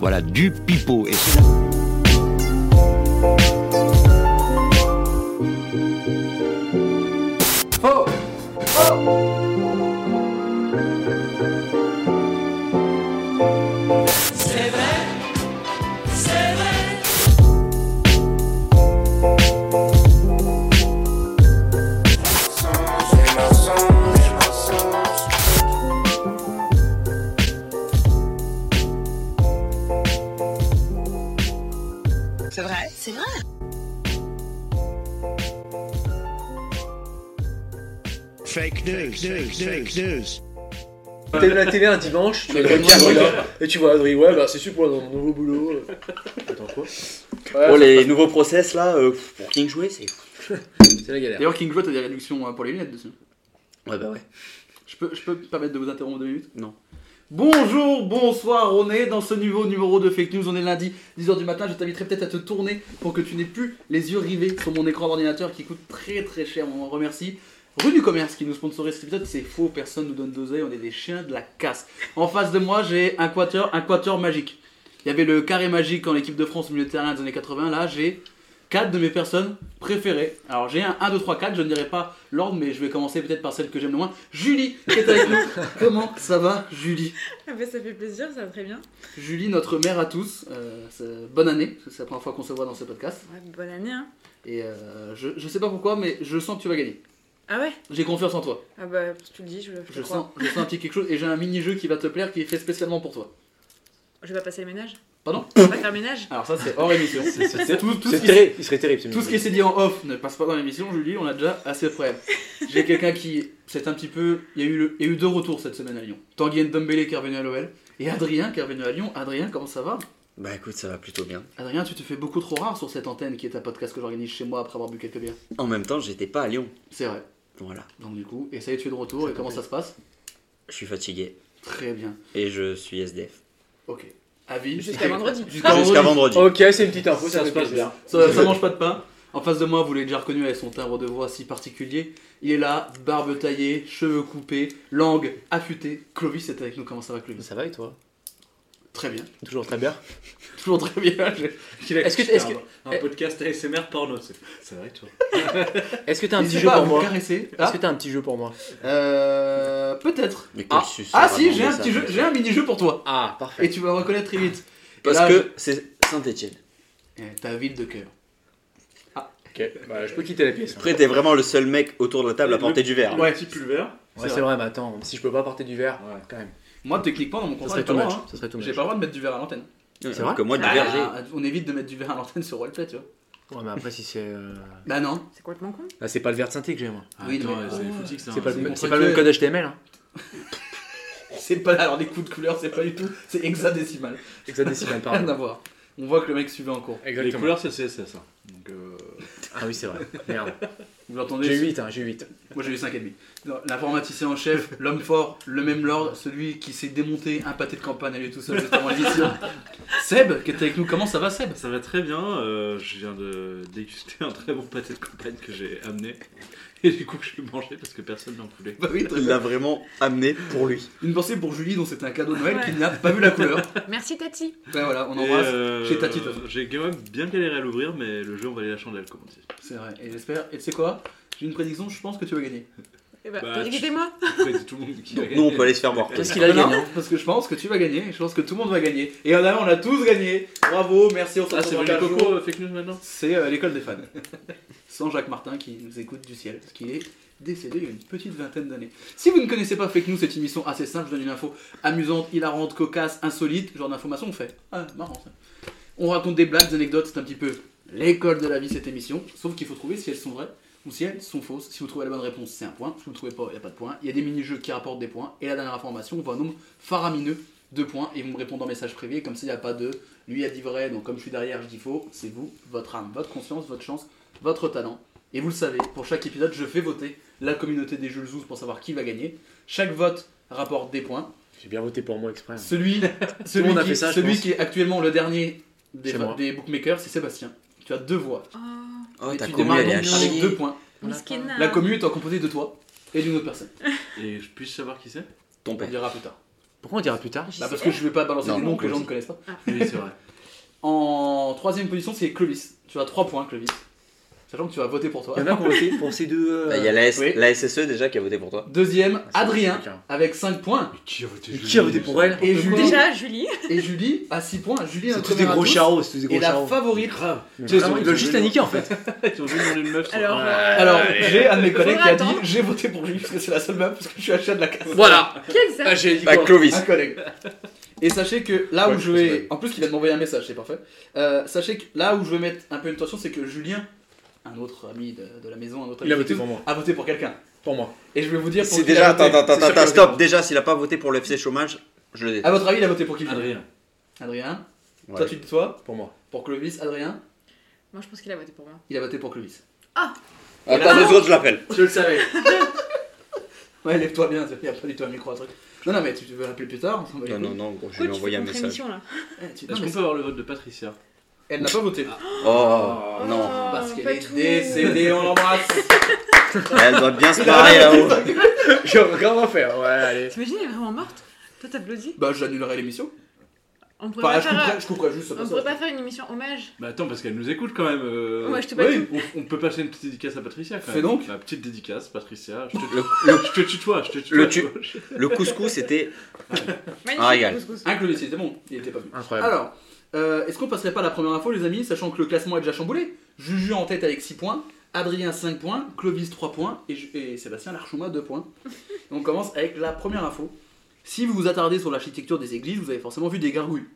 Voilà, du pipeau. Et c'est- C'est vrai C'est vrai Fake news, fake news, fake news. T'es la télé un dimanche, tu vois quelqu'un qui arrive là, et tu vois Adrien, ouais, bah c'est sûr pour dans mon nouveau boulot. euh. Attends quoi Ouais, Bon, Oh, les nouveaux process là, euh, pour King jouer, c'est. C'est la galère. D'ailleurs, King Joe, t'as des réductions hein, pour les lunettes dessus. Ouais, bah ouais. Je peux, je peux me permettre de vous interrompre deux minutes Non. Bonjour, bonsoir, on est dans ce nouveau numéro de Fake News, on est lundi, 10h du matin, je t'inviterai peut-être à te tourner pour que tu n'aies plus les yeux rivés sur mon écran d'ordinateur qui coûte très très cher, on en remercie. Rue du Commerce qui nous sponsorise cet épisode, c'est faux, personne nous donne d'oseille, on est des chiens de la casse. En face de moi, j'ai un quatuor, un quatuor magique. Il y avait le carré magique en équipe de France au milieu de terrain des années 80, là j'ai 4 de mes personnes préférées. Alors j'ai un 1, 2, 3, 4, je ne dirai pas l'ordre, mais je vais commencer peut-être par celle que j'aime le moins. Julie, qui est avec nous. Comment ça va, Julie ah bah, Ça fait plaisir, ça va très bien. Julie, notre mère à tous, euh, c'est- bonne année, parce que c'est la première fois qu'on se voit dans ce podcast. Ouais, bonne année, hein Et euh, je, je sais pas pourquoi, mais je sens que tu vas gagner. Ah ouais J'ai confiance en toi. Ah bah, tu le dis, je, je, Je crois. sens, je sens un petit quelque chose et j'ai un mini-jeu qui va te plaire, qui est fait spécialement pour toi. Je vais pas passer le ménage Pardon Je vais pas faire le ménage Alors ça, c'est hors émission. C'est Tout, tout ce c'est qui- terrible, il serait terrible. Tout ce qui s'est dit en off ne passe pas dans l'émission, Julie, on a déjà assez de problèmes. J'ai quelqu'un qui, c'est un petit peu, il y, a eu le- il y a eu deux retours cette semaine à Lyon. Tanguy Ndombele qui est revenu à l'OL et Adrien qui est revenu à Lyon. Adrien, comment ça va Bah écoute, ça va plutôt bien. Adrien, tu te fais beaucoup trop rare sur cette antenne qui est un podcast que j'organise chez moi après avoir bu quelques bières. En même temps, j'étais pas à Lyon. C'est vrai. Voilà. Donc du coup, et ça y est, tu es de retour et comment ça se passe Je suis fatigué Très bien. et je suis SDF. Ok. Avis Jusqu'à vendredi. Jusqu'à Jusqu'à Ah, vendredi. Oh. vendredi. Ok, c'est une petite info, ça, Ça fait se passe plaisir. Ça, ça mange pas de pain. En face de moi, vous l'avez déjà reconnu avec son timbre de voix si particulier. Il est là, barbe taillée, cheveux coupés, langue affûtée. Clovis est avec nous. Comment ça va, Clovis Ça va et toi Très bien. Toujours très bien. Toujours très bien. Je- Est-ce que, est-ce un, un podcast ASMR porno, c'est c'est vrai toi. Est-ce que t'as un petit N'hésitez jeu pas à pour vous moi caresser. Est-ce Ah, que t'as un petit jeu pour moi euh, Peut-être. Mais quel Ah, suceur Ah à si, j'ai demander un ça, petit jeu, mais- j'ai un mini-jeu pour toi. Ah, Et parfait. tu vas reconnaître très vite. Parce là, que c'est Saint-Etienne. Eh, Ta ville de cœur. Ok, bah je peux quitter la pièce. Après, t'es vraiment le seul mec autour de la table à Le- porter du verre. Ouais. Le petit pulvère. Ouais, c'est vrai, mais attends, si je peux pas porter du verre, Ouais. quand même. Moi, techniquement, dans mon Ça contrat, serait j'ai pas too le much. droit, hein. Ça serait too much. J'ai pas le droit de mettre du verre à l'antenne. C'est Alors vrai Euh, que moi, du Ah. verre, j'ai. Ah, on évite de mettre du verre à l'antenne sur Roleplay, tu vois. Ouais, mais après, si c'est. euh, Bah non. C'est complètement con. Là, Ah, c'est pas le verre de synthé que j'ai, moi. Oui, non, mais- Ah, Oh. c'est foutique ça. C'est pas, le- c'est c'est pas le même code HTML. Hein. C'est pas alors les coups de couleur, c'est pas du tout, c'est hexadécimal. Hexadécimal, Rien pardon. à voir. On voit que le mec suivait en cours. Les Exactement. couleurs c'est CSS. hein. Donc, euh, Ah oui, c'est vrai. Merde. Vous l'entendez J'ai 8, hein, j'ai 8. Moi j'ai eu 5 et demi. Non, L'informaticien en chef, l'homme fort, le même lord, celui qui s'est démonté un pâté de campagne à lui tout seul juste avant l'émission. Seb, qui est avec nous, comment ça va Seb ça va très bien. euh, je viens de déguster un très bon pâté de campagne que j'ai amené. Et du coup, je l'ai mangé parce que personne n'en voulait. Bah oui, très Il bien. l'a vraiment amené pour lui. Une pensée pour Julie dont c'était un cadeau de Noël qui n'a pas vu la couleur. Merci Tati. Ben voilà, on Et, embrasse. euh, chez Tati, de toute façon. J'ai quand même bien galéré à l'ouvrir, mais le jeu en valait la chandelle, comme on dit. C'est vrai, et j'espère. Et tu sais quoi J'ai une prédiction, je pense que tu vas gagner. Eh bah, Bah, bah tu- moi Après, c'est tout le monde qui Donc, a nous, on gagné. peut aller se faire boire. Qu'est-ce qu'il a Non, gagné hein non, Parce que je pense que tu vas gagner, et je pense que tout le monde va gagner. Et en avant, on a tous gagné. Bravo, merci, on se Ah, c'est retrouve dans Venu 15 jours. Coco, euh, fake news maintenant C'est euh, l'école des fans. Sans Jacques Martin qui nous écoute du ciel, parce qu'il est décédé il y a une petite vingtaine d'années. Si vous ne connaissez pas Fake News, cette émission assez simple, je donne une info amusante, hilarante, cocasse, insolite, genre d'information on fait. Ah, marrant ça. On raconte des blagues, des anecdotes, c'est un petit peu l'école de la vie cette émission, sauf qu'il faut trouver si elles sont vraies ou si elles sont fausses. Si vous trouvez la bonne réponse, c'est un point, si vous ne trouvez pas, il n'y a pas de point. Il y a des mini-jeux qui rapportent des points, et la dernière information, on voit un nombre faramineux de points, et vous me répondez en message privé, comme s'il n'y a pas de lui a dit vrai, donc comme je suis derrière, je dis faux. C'est vous, votre âme, votre conscience, votre chance, votre talent. Et vous le savez, pour chaque épisode, je fais voter la communauté des Jules Zouz pour savoir qui va gagner. Chaque vote rapporte des points. J'ai bien voté pour moi exprès. hein. Celui, le celui, monde a qui, fait ça, je celui pense. qui est actuellement le dernier des, C'est moi. des bookmakers, c'est Sébastien. Tu as deux voix. Oh, Oh, Et t'as Ah, tu commis, démarres elle est à donc chier. avec deux points. miskina. La commune est composée de toi et d'une autre personne. Et je puisse savoir qui c'est Ton On père. dira plus tard. Pourquoi on dira plus tard JCR? Bah Parce que je vais pas balancer Non, des noms que les vas-y. gens ne connaissent pas. Oui, c'est vrai. En troisième position, c'est Clovis. Tu as 3 points, Clovis. Sachant que tu vas voter pour toi. Il y en a qui ont voté pour ces deux. euh, Bah, Il y a la, S- oui. la SSE déjà qui a voté pour toi. Deuxième, Ah, c'est Adrien, quelqu'un. avec 5 points. Mais qui a voté Mais qui a voté pour elle Et Julie, Déjà, Julie. et Julie à 6 points. Julie, C'est notre tous des première à gros tous, charros, c'est tous des est gros la charros. favorite. Mais Tu sais, ils vraiment, ont- Ils ils veulent ont juste joué la niquer en fait. Ils ont vu dans une meuf. sur- Alors, Ouais. euh, Alors, j'ai un de mes collègues qui a dit attendre. J'ai voté pour lui parce que c'est la seule meuf, parce que je suis à chat de la casse. Voilà qui est ça Ah, j'ai dit Bah, quoi Clovis. Un collègue. Et sachez que là Ouais, où je je sais vais. En plus, il vient de m'envoyer un message, c'est parfait. Euh, sachez que là où je vais mettre un peu une tension, c'est que Julien, un autre ami de, de la maison, un autre ami Il a de voté tout, pour moi. a voté pour quelqu'un. Pour moi. Et je vais vous dire pour C'est qui il déjà. a voté. Attends, attends, C'est sûr qu'il attends, a attends, voté stop. pour- Déjà, s'il a pas voté pour le FC chômage, je le À déteste. votre avis, il a voté pour qui Julien Adrien. Adrien. Ouais. Toi, tu dis toi Pour moi. Pour Clovis, Adrien, Moi, je pense qu'il a voté pour moi. il a voté pour Clovis. Attends deux secondes, je l'appelle. Je le savais. ouais, lève-toi bien, il n'y a pas du tout un micro à truc. Non, non, mais tu tu veux rappeler plus tard on s'en bat les Non, non, couilles. non, gros, je Écoute, lui tu ai fais envoyé un contre message. émission, là. Eh, tu- non, Est-ce mais qu'on peut Ah. avoir le vote de Patricia Elle n'a pas voté. Oh, non. Oh, Parce qu'elle pas est tout. décédée, on l'embrasse. Elle doit bien se marrer là-haut. J'aurais rien à faire, ouais, allez. T'imagines, elle est vraiment morte Toi, t'applaudis Bah, j'annulerai l'émission. On pourrait Bah, Enfin, pas je faire, euh, couperai, je couperai juste ce on pourrait passage. pas faire une émission hommage Bah attends, parce qu'elle nous écoute quand même. euh. Ouais, je te bats oui, on, on peut passer une petite dédicace à Patricia quand Fais même. donc. La petite dédicace, Patricia. Je te, Le, je te tutoie, je te tutoie. Le tu- le couscous, c'était. Magnifique, Ah, regarde. couscous. Un Clovis, c'était bon, il était pas venu. Incroyable. Alors, euh, est-ce qu'on passerait pas à la première info, les amis, sachant que le classement est déjà chamboulé Juju en tête avec 6 points, Adrien 5 points, Clovis 3 points et, Ju- et Sébastien Larchouma 2 points. Et on commence avec la première info. Si vous vous attardez sur l'architecture des églises, vous avez forcément vu des gargouilles.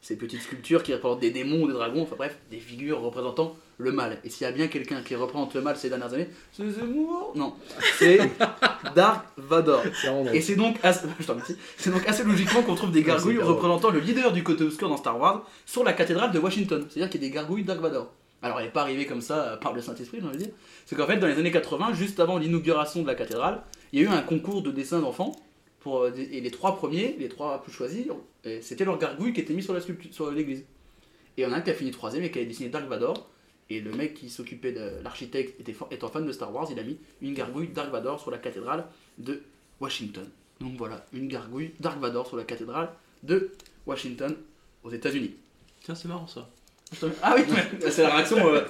Ces petites sculptures qui représentent des démons ou des dragons, enfin bref, des figures représentant le mal. Et s'il y a bien quelqu'un qui représente le mal ces dernières années, c'est Zemmour Non, c'est Dark Vador. C'est vraiment drôle. Et c'est donc, assez... je t'en remercie. C'est donc assez logiquement qu'on trouve des gargouilles c'est grave. représentant le leader du côté obscur dans Star Wars sur la cathédrale de Washington. C'est-à-dire qu'il y a des gargouilles Dark Vador. Alors elle n'est pas arrivée comme ça euh, par le Saint-Esprit, j'ai envie de dire. C'est qu'en fait, dans les années 80, juste avant l'inauguration de la cathédrale, il y a eu un concours de dessins d'enfants. Pour, euh, des- et les trois premiers, les trois plus choisis, euh, c'était leur gargouille qui était mise sur la sculpture- sur l'église. Et il y en a un qui a fini troisième et qui a dessiné Dark Vador. Et le mec qui s'occupait de l'architecte était fa- étant fan de Star Wars, il a mis une gargouille Dark Vador sur la cathédrale de Washington. Donc voilà, une gargouille Dark Vador sur la cathédrale de Washington aux États-Unis. Tiens, c'est marrant ça. Ah oui, c'est la réaction. euh,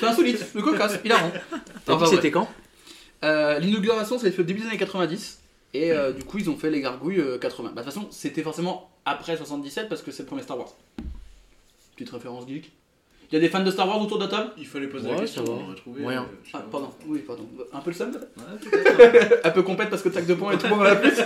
c'est insolite, le cocasse, il a rond. T'as dit que c'était quand euh, L'inauguration, c'est fait au début des années 90. Et euh, du coup, ils ont fait les gargouilles euh, 80. Bah, de toute façon, c'était forcément après 77 parce que c'est le premier Star Wars. Petite référence geek. Il y a des fans de Star Wars autour de la table Il fallait poser Ouais, la question, ça va. on aurait trouvé. Moyen. euh, je sais Ah, pas. pardon, oui, pardon. Un peu le seum peut-être Ouais, peut-être. Un peu complète parce que tac de points et tout le monde en a plus.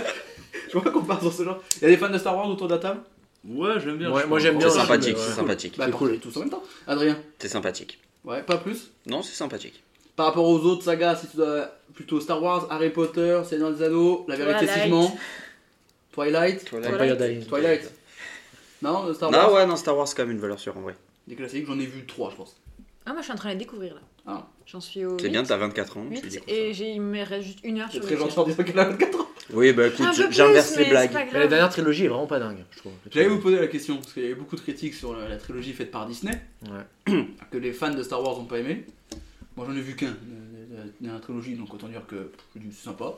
Je vois qu'on part sur ce genre. Il y a des fans de Star Wars autour de la table Ouais, j'aime bien. Ouais, je moi, pense. j'aime bien C'est aussi, sympathique, mais c'est ouais. sympathique. Bah, C'est partagez cool. tous en même temps. Adrien, C'est sympathique. ouais, pas plus. Non, c'est sympathique. Par rapport aux autres sagas, si tu dois plutôt Star Wars, Harry Potter, Seigneur des Anneaux, La Vérité Twilight. Sigmund, Twilight, Vampire Diaries. Twilight. Non, euh, Star Wars. Non, ouais, non, Star Wars, c'est quand même une valeur sûre en vrai. Des classiques, j'en ai vu trois, je pense. Ah, moi, je suis en train de la découvrir, là. Ah. J'en suis au C'est 8, bien, t'as 24 ans. tu le 8 découvres et j'ai- il me reste juste une heure C'est sur très le gentil jeu. en disant qu'elle a 24 ans. ça. Oui, bah Un écoute, peu je- plus, j'inverse les mais c'est blagues. pas Mais la grave. dernière trilogie est vraiment pas dingue, je trouve. J'allais vous poser la question, parce qu'il y a eu beaucoup de critiques sur la, la trilogie faite par Disney, que les fans de Star Wars n'ont pas aimé. Moi j'en ai vu qu'un de- de- de de la trilogie, donc autant dire que pff, je dis, c'est sympa.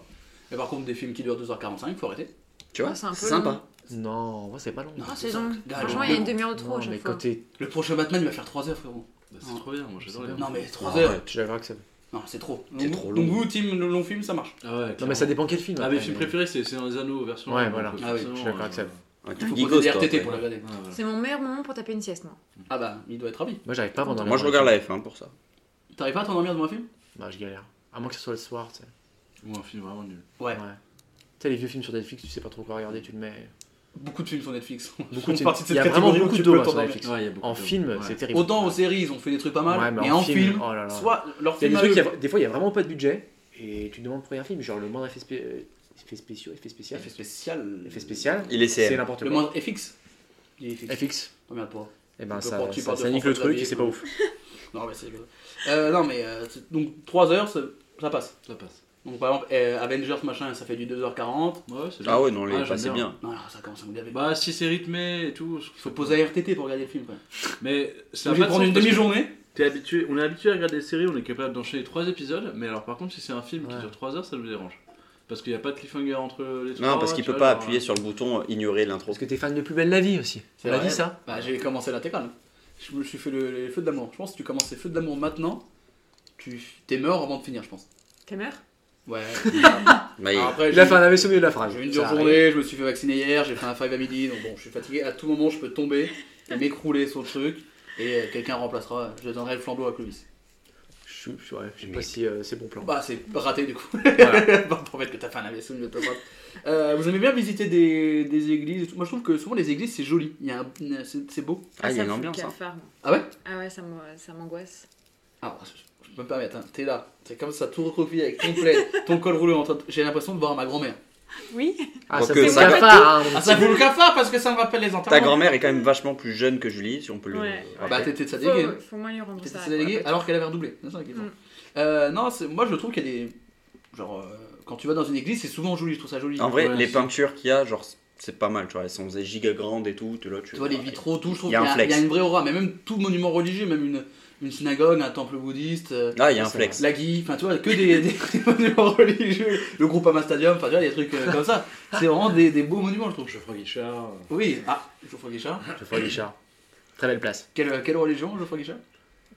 Mais par contre, des films qui durent 2h45, faut arrêter. Tu vois, Ah, c'est un peu c'est sympa. Non, moi c'est pas long. Non, Ah, c'est long. Gars, Franchement, non. il y a une demi-heure de trop Non, à chaque mais fois. quand t'es. Le prochain Batman, il va faire 3h, frérot. Bah, c'est trop bien, moi j'adore les Non, mais 3 Ah, heures. ouais. Je l'avais accepté. Non, c'est trop. C'est Donc, trop Donc long. vous, team le long film, ça marche. Ah ouais, Non, mais clairement. ça dépend quel film. Ah, après, mes films préférés, c'est c'est dans les anneaux, version. Ouais, donc, voilà. euh, Ah oui, je suis Je forcément, suis d'accord euh, avec Seb. Ouais, tu Il faut geekos, poser des toi, RTT après. pour le regarder. ouais, voilà. C'est mon meilleur moment pour taper une sieste, moi. Ah bah, il doit être ravi. Moi j'arrive pas à m'endormir. Moi, je dans regarde les la F1 pour ça. T'arrives pas à t'endormir devant un film films. Bah, je galère. À moins que ce soit le soir, tu sais. Ou un film vraiment nul. Ouais. Ouais. Tu sais, les vieux films sur Netflix, tu sais pas trop quoi regarder, tu le mets. Beaucoup de films sur Netflix. Beaucoup de Ils font films. partie Il y a catégorie vraiment où beaucoup tu de peux doigts sur t'endormir. Netflix. Ouais, il y a beaucoup En de- film, ouais. c'est terrible. Autant aux séries, ils ont fait des trucs pas mal, Ouais, mais mais en en film, film, oh là là. soit leur Il y film a à des trucs, eux- il y a- des fois, il y a vraiment pas de budget. Et tu te demandes pour un film, genre le moindre effet, spé- euh, effet spéciaux, effet spécial. Effet spécial. Effet spécial. Il est C'est CM. n'importe Le quoi. moindre FX. Il est FX. FX. Oh merde, pas. Et On ben peut ça, prendre- tu ça- parles de ça nique le François truc Xavier, et c'est pas ouf. Non, mais c'est rigolo. Euh, non, mais euh, c'est- donc 3 heures, ça, ça passe. Ça passe. Donc par exemple, euh, Avengers, machin, ça fait du 2h40. Ouais, c'est bien. Ah ouais, non, les Ah, j'aime bah, c'est bien. bien. Non, alors, ça commence à me gaver. Bah, si c'est rythmé et tout. je- Il faut poser à RTT pour regarder le film. Quoi. Mais ça Donc, je vais va pas de prendre sens une parce que demi-journée. t'es habitué, on est habitué à regarder des séries, on est capable d'enchaîner trois épisodes, mais alors par contre, si c'est un film Ouais. qui dure 3 heures, ça nous dérange. Parce qu'il n'y a pas de cliffhanger entre les trois. Non, parce qu'il tu peut vois, pas genre, appuyer sur le bouton euh, ignorer l'intro. Parce que t'es fan de Plus Belle la Vie aussi. C'est On a vrai. dit ça Bah, j'ai commencé l'intégrale. Je me suis fait le- les feux de l'amour. Je pense que tu commences les feux de l'amour maintenant, tu t'es mort avant de finir, je pense. T'es mère Ouais. Bah, il- Alors après, Il a fait j'ai- un AVC au milieu de la phrase. j'ai eu une Ça dure arrive. journée, je me suis fait vacciner hier, j'ai fait un 5 à midi, donc bon, je suis fatigué. À tout moment, je peux tomber et m'écrouler sur le truc, et euh, quelqu'un remplacera. Je donnerai le flambeau à Clovis. Je je- ouais, je sais pas si euh, c'est bon plan. Bah, c'est raté du coup. Bon, pour mettre que t'as fait un AVC, je te le euh, Vous aimez bien visiter des, des églises et tout Moi, je trouve que souvent les églises, c'est joli. Il y a un- c'est c'est beau. Ah, il y ça a une me fout le ambiance. hein. cafard, moi. Ah ouais Ah ouais, ça me- ça m'angoisse. Ah, je peux me permettre, hein. t'es là, c'est comme ça, tout recroquevillé avec ton plaid, ton col roulé en train de- J'ai l'impression de voir ma grand-mère. Oui Ah, Quoique, ça fait ça- cafard, hein, mon Ah, petit ça fout le cafard parce que ça me rappelle les Ta enterrements. grand-mère est quand même vachement plus jeune que Julie, si on peut le. Ah, Ouais. rappeler. Bah, t'étais de sa dégueu. faut, faut moins lui rendre T'étais de ça. sa quoi. dégueu, alors qu'elle avait redoublé. C'est ça la question. Mm. Euh, non, c'est- moi je trouve qu'il y a des. Genre, euh, quand tu vas dans une église, c'est souvent joli, je trouve ça joli. En vrai, Ouais, les c'est- peintures qu'il y a, genre, c'est pas mal, tu vois. Elles sont giga grandes et tout. Tu, là, tu... Tu vois, les vitraux, tout, je trouve Il y a qu'il y, un a- flex. il y a une vraie aura, mais même tout monument religieux, même une, une synagogue, un temple bouddhiste. euh, Ah, il y a un Ça, flex. La Guille, enfin tu vois, que des, des- des monuments religieux, le groupe Ama Stadium, enfin tu vois, des trucs euh, comme ça. C'est vraiment des, des beaux monuments, je trouve. Geoffroy Guichard. Oui, ah, Geoffroy Guichard. Geoffroy Guichard. Très belle place. Quelle, quelle religion, Geoffroy Guichard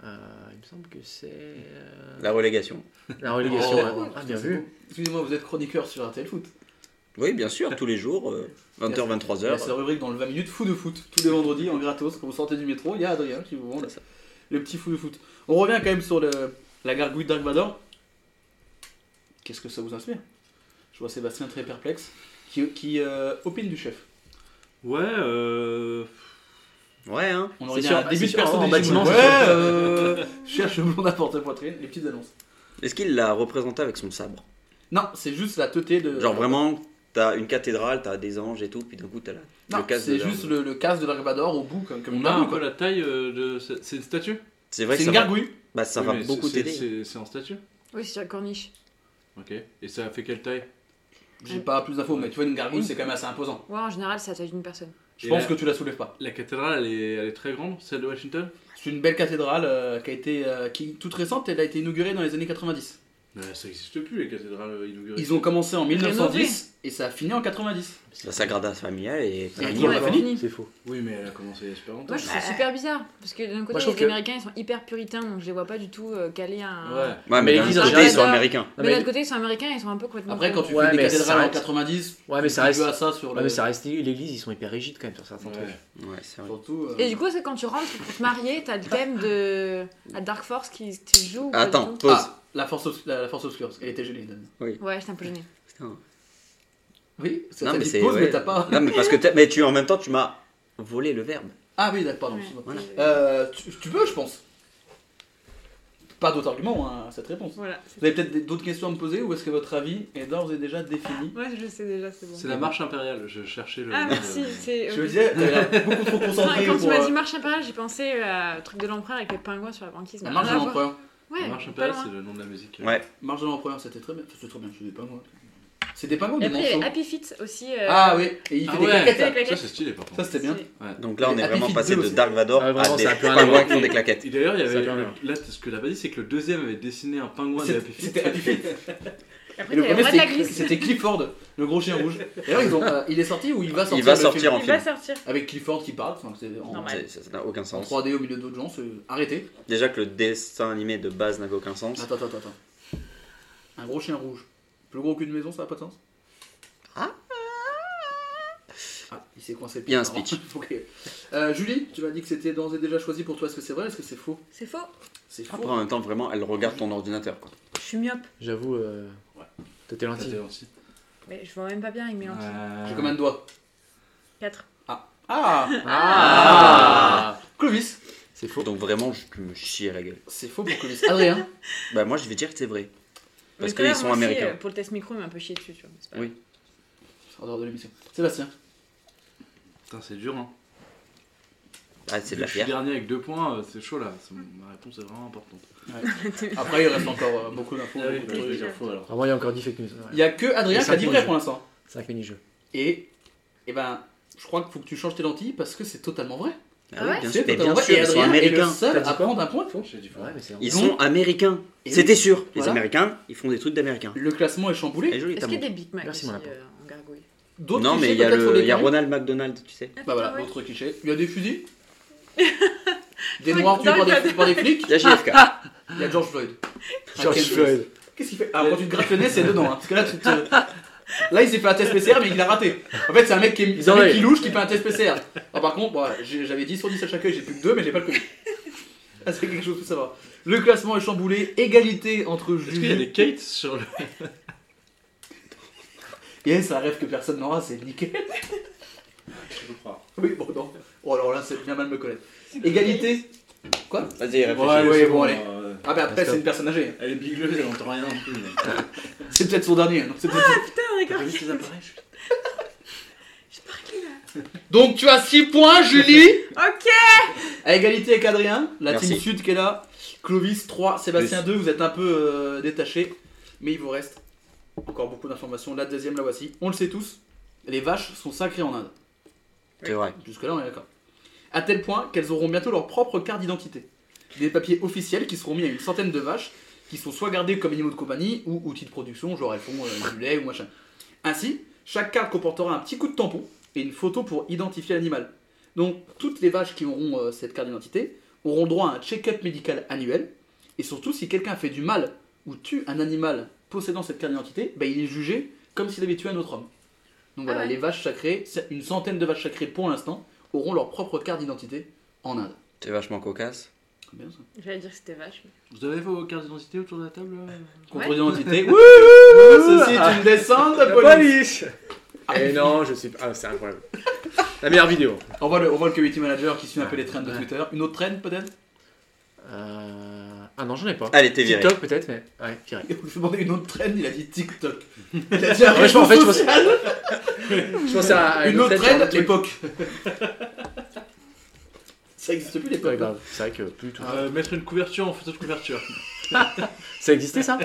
Euh, il me semble que c'est. euh, La relégation. La relégation. Oh, ouais. Ah, putain, bien c'est vu. beau. Excusez-moi, vous êtes chroniqueur sur RTL Foot. Oui, bien sûr, tous les jours, euh, Il 20h, y a cette 23h. rubrique dans le 20 minutes fou de foot, tous les vendredis en gratos. Quand vous sortez du métro, il y a Adrien qui vous vend le, le petit fou de foot. On revient quand même sur le- la gargouille Dark Vador. Qu'est-ce que ça vous inspire Je vois Sébastien très perplexe qui, qui, euh, opine du chef. Ouais, euh. Ouais, hein. On C'est aurait dit sûr, un début c'est de sûr, perso en des bâtiment, Digimon. c'est sûr. Ouais, euh, je cherche le blond à porte-poitrine, les petites annonces. Est-ce qu'il l'a représenté avec son sabre Non, c'est juste la teuté de. Genre vraiment, t'as une cathédrale, t'as des anges et tout, puis d'un coup t'as la... Non, le casque c'est de juste l'arbre. le, le casque de Dark Vador au bout, comme, comme On une Ah, a un gargouille, peu quoi. la taille euh, de. C'est c'est une statue C'est vrai C'est que ça une va, gargouille bah, ça Oui, va mais beaucoup c'est- t'aider. c'est- C'est en statue Oui, c'est sur la corniche. Ok. Et ça a fait quelle taille J'ai pas plus d'infos, mais tu vois, une gargouille, c'est quand même assez imposant. Ouais, en général, c'est la taille d'une personne. Je Et pense la- que tu la soulèves pas. La cathédrale, elle est, elle est très grande, celle de Washington C'est une belle cathédrale euh, qui a été euh, qui, toute récente, elle a été inaugurée dans les années 90. Mais Bah, ça n'existe plus, les cathédrales euh, inaugurées. Ils ont commencé en 1910 Rénovée. et ça a fini en 90. La Sagrada Familia et... Et et- tout, on a Ouais, fini. fini. C'est faux. Oui, mais elle a commencé il y a super longtemps. Moi, je trouve ça super bizarre. Parce que d'un Moi, côté, je les trouve que- Américains, ils sont hyper puritains, donc je les vois pas du tout euh, caler à un. Ouais. Ouais, Mais mais, d'un ils autre ont côté, jamais- ils sont américains. Mais, Non, mais- d'un autre côté, ils sont Américains, ils sont un peu complètement. Après, quand tu Ouais, fais des mais ça cathédrales en reste- 90, Ouais, mais ça tu reste- veux à ça sur Ouais, le. mais ça reste l'église, ils sont hyper rigides quand même sur certains Ouais. trucs. Ouais, c'est vrai. Surtout. euh, Et du coup, c'est quand tu rentres pour te marier, t'as le thème de la Dark Force qui te joue. ou pas du Attends, tout pause. Ah, la force, obs- la, la force obscure, parce qu'elle était gênée. Dan. Ouais, j'étais un peu gênée. Putain. Oui, ça Non, ça mais dit c'est- pause, ouais. mais t'as pas. Non, mais parce que t'as- mais tu en même temps, tu m'as volé le verbe. Ah oui, d'accord, pardon. Ouais. excuse-moi. Voilà. Euh, tu, tu peux, je pense. Pas d'autres arguments hein, à cette réponse. Voilà. Vous avez peut-être des- d'autres questions à me poser ou est-ce que votre avis est d'ores et déjà défini Ouais, je sais déjà, c'est bon. C'est la marche impériale, je cherchais le. Ah, merci. c'est- Je me ok. disais, t'avais l'air beaucoup trop Quand, concentré quand tu pour. m'as euh, dit marche impériale, j'ai pensé euh, au truc de l'empereur avec les pingouins sur la banquise. La mais marche de rien à voir. l'empereur. La Ouais, marche pas impériale, loin. c'est le nom de la musique. Ouais. Marche de l'empereur, c'était très bien. C'était très bien, c'était pas moi. C'était pas moi, Et des après, il y avait manchots. Happy Feet aussi. euh, Ah oui, et il Ah fait ouais. avec des claquettes. la Ça, claquette. c'est stylé par contre. Ça c'était bien. C'est- Donc là, on Mais est Happy vraiment Feet passé 2 de aussi. Dark Vador Ah, vraiment, à des ça a plus rien à pingouins voir. qui font des claquettes. Et d'ailleurs, il y Ça avait. euh, fait rien. Là, ce que t'as pas dit, c'est que le deuxième avait dessiné un pingouin de Happy C'était- Feet. C'était Happy Feet. et Après, Et le t'as le premier roi de la c'était- glisse. c'était Clifford, le gros chien rouge. Et alors ils ont, euh, il est sorti ou il va sortir Il va le film sortir en Il va film. sortir. Avec Clifford qui parle, enfin, c'est en, Normal. C'est- Ça ça n'a aucun en sens. 3D au milieu d'autres gens, c'est arrêtez. Déjà que le dessin animé de base n'avait aucun sens. Attends, attends, attends. Un gros chien rouge. Plus gros qu'une maison, ça a pas de sens Ah. Ah, il s'est coincé. Il y a un pardon. speech. Ok. Euh, Julie, tu m'as dit que c'était d'ores et déjà choisi pour toi. Est-ce que c'est vrai Est-ce que c'est faux C'est faux. C'est faux. Après, en même temps, vraiment, elle regarde ton ordinateur. Quoi. Je suis myope. J'avoue, euh... Ouais. t'étais Ah, lentille. Mais je vois même pas bien avec mes lentilles. Euh, J'ai combien de doigts 4. Ah Ah Clovis C'est faux. Donc vraiment, je tu me chie à la gueule. C'est faux pour Clovis. Adrien Bah moi, je vais dire que c'est vrai. Parce Mais tout à qu'ils l'heure, sont moi aussi, américains. euh, Pour le test micro, il m'a un peu chié dessus, tu vois. mais c'est pas Oui. grave. En dehors de l'émission. Sébastien Putain, c'est dur, hein. euh. Ah, c'est de Vu la que Je suis pierre. dernier avec deux points, euh, c'est chaud là. C'est- Ma réponse est vraiment importante. Après, il reste encore euh, beaucoup d'infos. Ah oui, beaucoup bah, je de- vais oui. dire faux alors. Vraiment, il y a encore 10 fake news. Il y a que Adrien Et qui a dit cinq vrai mini-jeux. pour l'instant. eh 5 mini-jeux. Et, et ben, je crois qu'il faut que tu changes tes lentilles parce que c'est totalement vrai. Ah ouais oui, bien C'est sûr, mais totalement bien vrai. sûr, Et ils sont Adrien est le américains. seul T'as dit à quoi prendre un point. J'ai du Ouais, mais c'est Ils Non. sont américains. Et C'était sûr. Les Voilà. américains, ils font des trucs d'américains. Le classement est chamboulé. Et joli, Est-ce ta qu'il y a montre. des Big Mac Merci, aussi, mon lapin. euh, en gargouille D'autres Eh. Non, mais clichés il y, a peut-être sur le- les il y a Grecs. Ronald McDonald, tu sais. Bah voilà, Ouais. autre cliché. Il y a des fusils. des Oui, noirs tués dans par le des, cadre. par des flics. Il y a JFK. Il y a George Floyd. George Ah, quel- Floyd. Qu'est-ce qu'il fait Ah, quand tu te grattes le nez, c'est dedans. hein, parce que là, tu te... Là, il s'est fait un test PCR, mais il l'a raté. En fait, c'est un mec qui, est... c'est un mec qui louche qui fait un test PCR. Ah, par contre, bon, ouais, j'ai- j'avais 10 sur 10 à chaque œil, j'ai plus que 2, mais j'ai pas le Covid. Ah, c'est quelque chose, faut savoir. Le classement est chamboulé, égalité entre Est-ce qu'il y a Juju. des Kate sur le. Yes, un rêve que personne n'aura, c'est nickel. Je peux croire. Oui, bon, non. Oh, alors là, c'est bien mal de me connaître. Égalité Vas-y, réfléchis. Ouais, ouais, c'est bon, allez. euh, Ah, mais après, c'est une personne âgée. hein. Elle est bigleuse, elle entend rien non plus. mais- C'est peut-être son dernier. hein, non, c'est peut-être- D'accord. Donc tu as 6 points, Julie. Ok À égalité avec Adrien. La Merci. team sud qui est là. Clovis 3, Sébastien 2. Vous êtes un peu euh, détachés. Mais il vous reste encore beaucoup d'informations. La deuxième, la voici. On le sait tous. Les vaches sont sacrées en Inde. C'est vrai. Jusque-là, on est d'accord. À tel point qu'elles auront bientôt leur propre carte d'identité. Des papiers officiels qui seront mis à une centaine de vaches, qui sont soit gardées comme animaux de compagnie ou outils de production, genre elles font euh, du lait ou machin. Ainsi, chaque carte comportera un petit coup de tampon et une photo pour identifier l'animal. Donc, toutes les vaches qui auront euh, cette carte d'identité auront droit à un check-up médical annuel. Et surtout, si quelqu'un fait du mal ou tue un animal possédant cette carte d'identité, bah, il est jugé comme s'il avait tué un autre homme. Donc Ah voilà, ouais. les vaches sacrées, c'est une centaine de vaches sacrées pour l'instant, auront leur propre carte d'identité en Inde. C'est vachement cocasse. Combien ça J'allais dire que c'était vache. mais- Vous avez vos cartes d'identité autour de la table euh Contre Ouais. d'identité. Wouhou Ceci est une descente de police. Eh non, je sais pas. Ah, c'est incroyable. La meilleure vidéo. On voit le, on voit le community manager qui suit un peu les trends de Twitter. Une autre trend peut-être Euh... Ah non, j'en ai pas. Allez, t'es viré. TikTok peut-être, mais. Ouais, viré. Je lui demandais une autre trend, il a dit TikTok. Il a dit un Ouais, je pense- en fait, je pense- social. Je pensais à, à Une autre lettre, un trend, autre truc. l'époque. Ça existe plus Ouais, l'époque. grave. C'est vrai que plus tout. Ah. Euh, Mettre une couverture en photo de couverture. Ça existait ça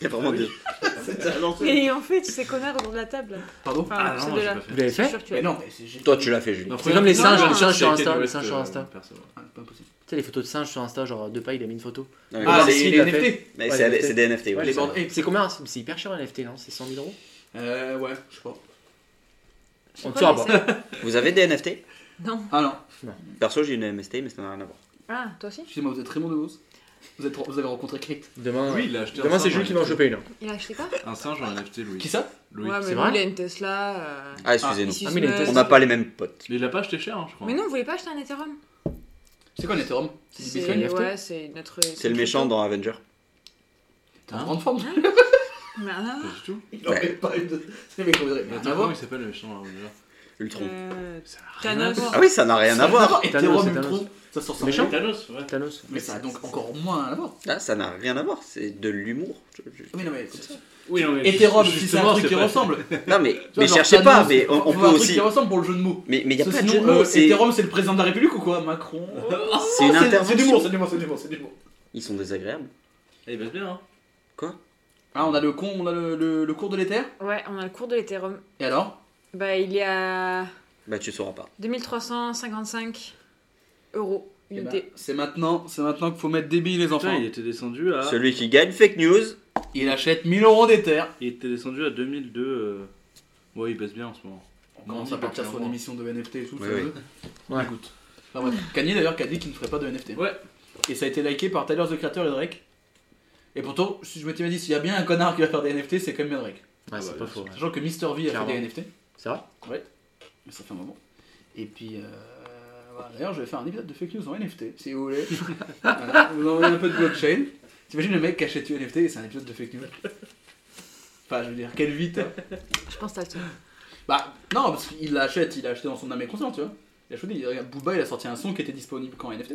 Il y a vraiment des- Et en fait, ces connards autour de la table. Pardon Enfin, ceux de Ah, j'ai là. pas Vous fait. l'avez Je suis fait sûre que tu Mais l'as. non, mais c'est j'ai- Toi, tu l'as fait, Julie. Non, C'est comme les non, singes, non, les singes sur c'est Insta, Kanye les West, singes sur euh, Insta. perso, ouais. Ah, pas possible. Tu sais, les photos de singes sur Insta, genre deux pas, il a mis une photo. Non, mais Ah, voilà, c'est- les il a fait- NFT mais ouais, c'est les des- NFT. c'est des NFT. Ouais, oui, les c'est bandes vrai. Hey. C'est combien hein C'est hyper cher un NFT, non C'est 100 000 euros Euh, ouais, je sais pas. Je On sais te saura pas, pas. mais c'est- Vous avez des NFT Non. Ah non, Perso, j'ai une MST, mais ça n'a rien à voir. Ah, toi aussi excusez-moi, vous êtes Raymond DeVos vous, êtes, vous avez rencontré Kate. Demain, euh, Oui, il a acheté un demain c'est singe en Jules qui va en NFT. choper une. Il a acheté quoi Un singe en NFT, Louis. Qui ça Louis. Ouais, c'est mais lui, vrai il a une Tesla. euh, Ah, excusez-nous. il suce Ah, mais il a une meuf. Tesla. On n'a pas les mêmes potes. Mais il a pas acheté cher, hein, je crois. Mais non, vous voulez pas acheter un Ethereum C'est quoi un Ethereum C'est du Bitcoin C'est NFT ouais, c'est notre. C'est le méchant dans Avenger. T'es en grande forme Mais rien à Pas voir. du tout. Il en Ouais. fait hein. pas une de. C'est mais qu'on dirait. rien Mais attends, à comment voir. il s'appelle le méchant là, déjà Ultron. Euh, Ça Rien à voir. Ah oui, ça n'a rien à voir. Thanos, Ethereum, c'est Thanos. Ultron, ça sort sans Méchant rien. Thanos, ouais. Thanos. Mais ça a donc encore moins à voir. Ah, ça n'a rien à voir. C'est de l'humour. Je- je- Mais non, mais. Oui, non, mais Ethereum, si c'est justement, un truc qui pas- ressemble. Non, mais, Tu vois, mais genre, cherchez pas. Thanos, Mais on, faut on faire peut un truc aussi. qui ressemble pour le jeu de mots. Mais mais il n'y a Parce pas que de jeu sinon, de mots. euh, c'est- Ethereum, c'est le président de la République ou quoi Macron Oh, C'est une C'est- C'est intervention. du mot, c'est du mot, c'est du mot, c'est du mot. Ils sont désagréables. Eh, Il va bien, hein. Ah, on a le con, on a le, le- le cours de l'éther. Ouais, on a le cours de l'Ethereum. Et alors Bah, il est à Bah, tu sauras pas. 2355 euros Eh ben, unité. C'est maintenant, c'est maintenant qu'il faut mettre des billes, les enfants. Putain, il était descendu à. Ah. Celui qui gagne fake news. Il achète 1000 euros d'éther. Il était descendu à 2002. euh, Ouais, il baisse bien en ce moment. On commence à partir sur une émission de NFT et tout. Oui, ça oui. veut. Ouais. Écoute. Enfin, bref. Kanye d'ailleurs qui a dit qu'il ne ferait pas de NFT. Ouais. Et ça a été liké par Tyler the Creator et Drake. Et pourtant, si je m'étais bien dit, s'il y a bien un connard qui va faire des NFT, c'est quand même bien Drake. Ouais, bah, c'est pas bien faux. ouais. Sachant que Mr. V a Clairement. fait des NFT, C'est vrai mais ça fait un moment. Et puis, euh, voilà. d'ailleurs, je vais faire un épisode de fake news en NFT, si vous voulez. Voilà. Vous envoyez un peu de blockchain. T'imagines le mec qui achète une NFT et c'est un épisode de fake news Enfin, je veux dire, quelle vite Je pense que t'as le seul. Bah non, parce qu'il l'achète, il l'a acheté dans son âme et conscience, tu vois. Il a acheté, il- regarde, Booba il a sorti un son qui était disponible qu'en NFT.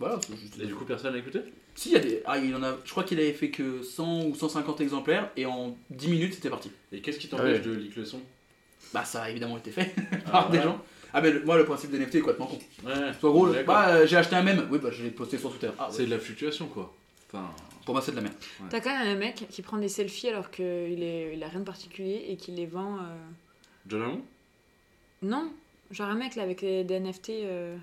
Voilà, c'est juste. Et du coup, personne l'a écouté Si, il y a des. Ah, il en a. Je crois qu'il avait fait que 100 ou 150 exemplaires et en 10 minutes c'était parti. Et qu'est-ce qui Ah ouais. t'empêche de leak le son Bah ça a évidemment été fait Ah, par des voilà. gens. Ah, mais le- moi le principe des NFT est complètement con. Ouais. Soit gros, le- D'accord. bah euh, j'ai acheté un mème, oui, bah je l'ai posté sur Twitter. Ah, ouais. C'est de la fluctuation, quoi. Enfin. Pour moi c'est de la merde. T'as quand même un mec qui prend des selfies alors qu'il est... il a rien de particulier et qui les vend. euh, John Hammond Non Genre un mec là avec les des NFT, euh,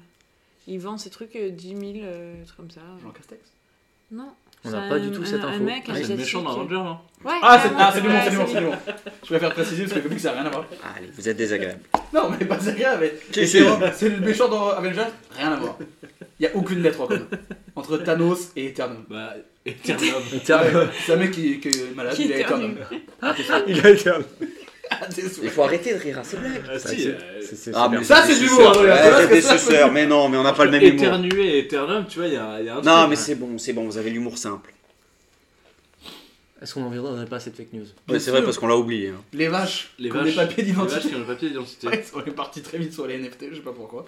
il vend ses trucs euh, 10 000, euh, trucs comme ça. Jean Castex Non. On C'est n'a pas un- du tout cette un- Un info. mec Ah, c'est le méchant hein. dans asiatique. Ranger, non Ouais, Ah, c'est carrément, ah, c'est du bon, ouais, c'est du bon, lui. c'est du bon. Je préfère préciser parce que comme ça n'a rien à voir. Allez, vous êtes désagréable. Non, mais pas agréable. mais- Qui C'est c'est c'est le méchant dans Avengers Rien à voir. Il n'y a aucune lettre en commun. Entre Thanos et Eternum. Bah, Eternum. Tiens, C'est un mec qui, qui est malade, Qui il est éternue. Eternum. il a été un- Ah, t'es saoulé. Il faut arrêter de rire hein, à ces blagues. Ah, Ouais, si, c'est- euh, c'est- c'est- Ah, c'est mais Ça, c'est de l'humour, suceur. regarde. Ouais, Voilà ce c'est que des ça fait. suceurs, mais non, mais on n'a pas le même humour. Éternué et Eternum, tu vois, il y a, il y a un Non, truc. hein. mais c'est bon, c'est bon, vous avez l'humour simple. bien. Est-ce qu'on en viendra pas cette fake news Ouais, c'est vrai parce qu'on l'a oublié. hein. Les vaches, Les les vaches, les papiers les vaches d'identité. qui ont le papier d'identité. Ouais, on est parti très vite sur les NFT, je sais pas pourquoi.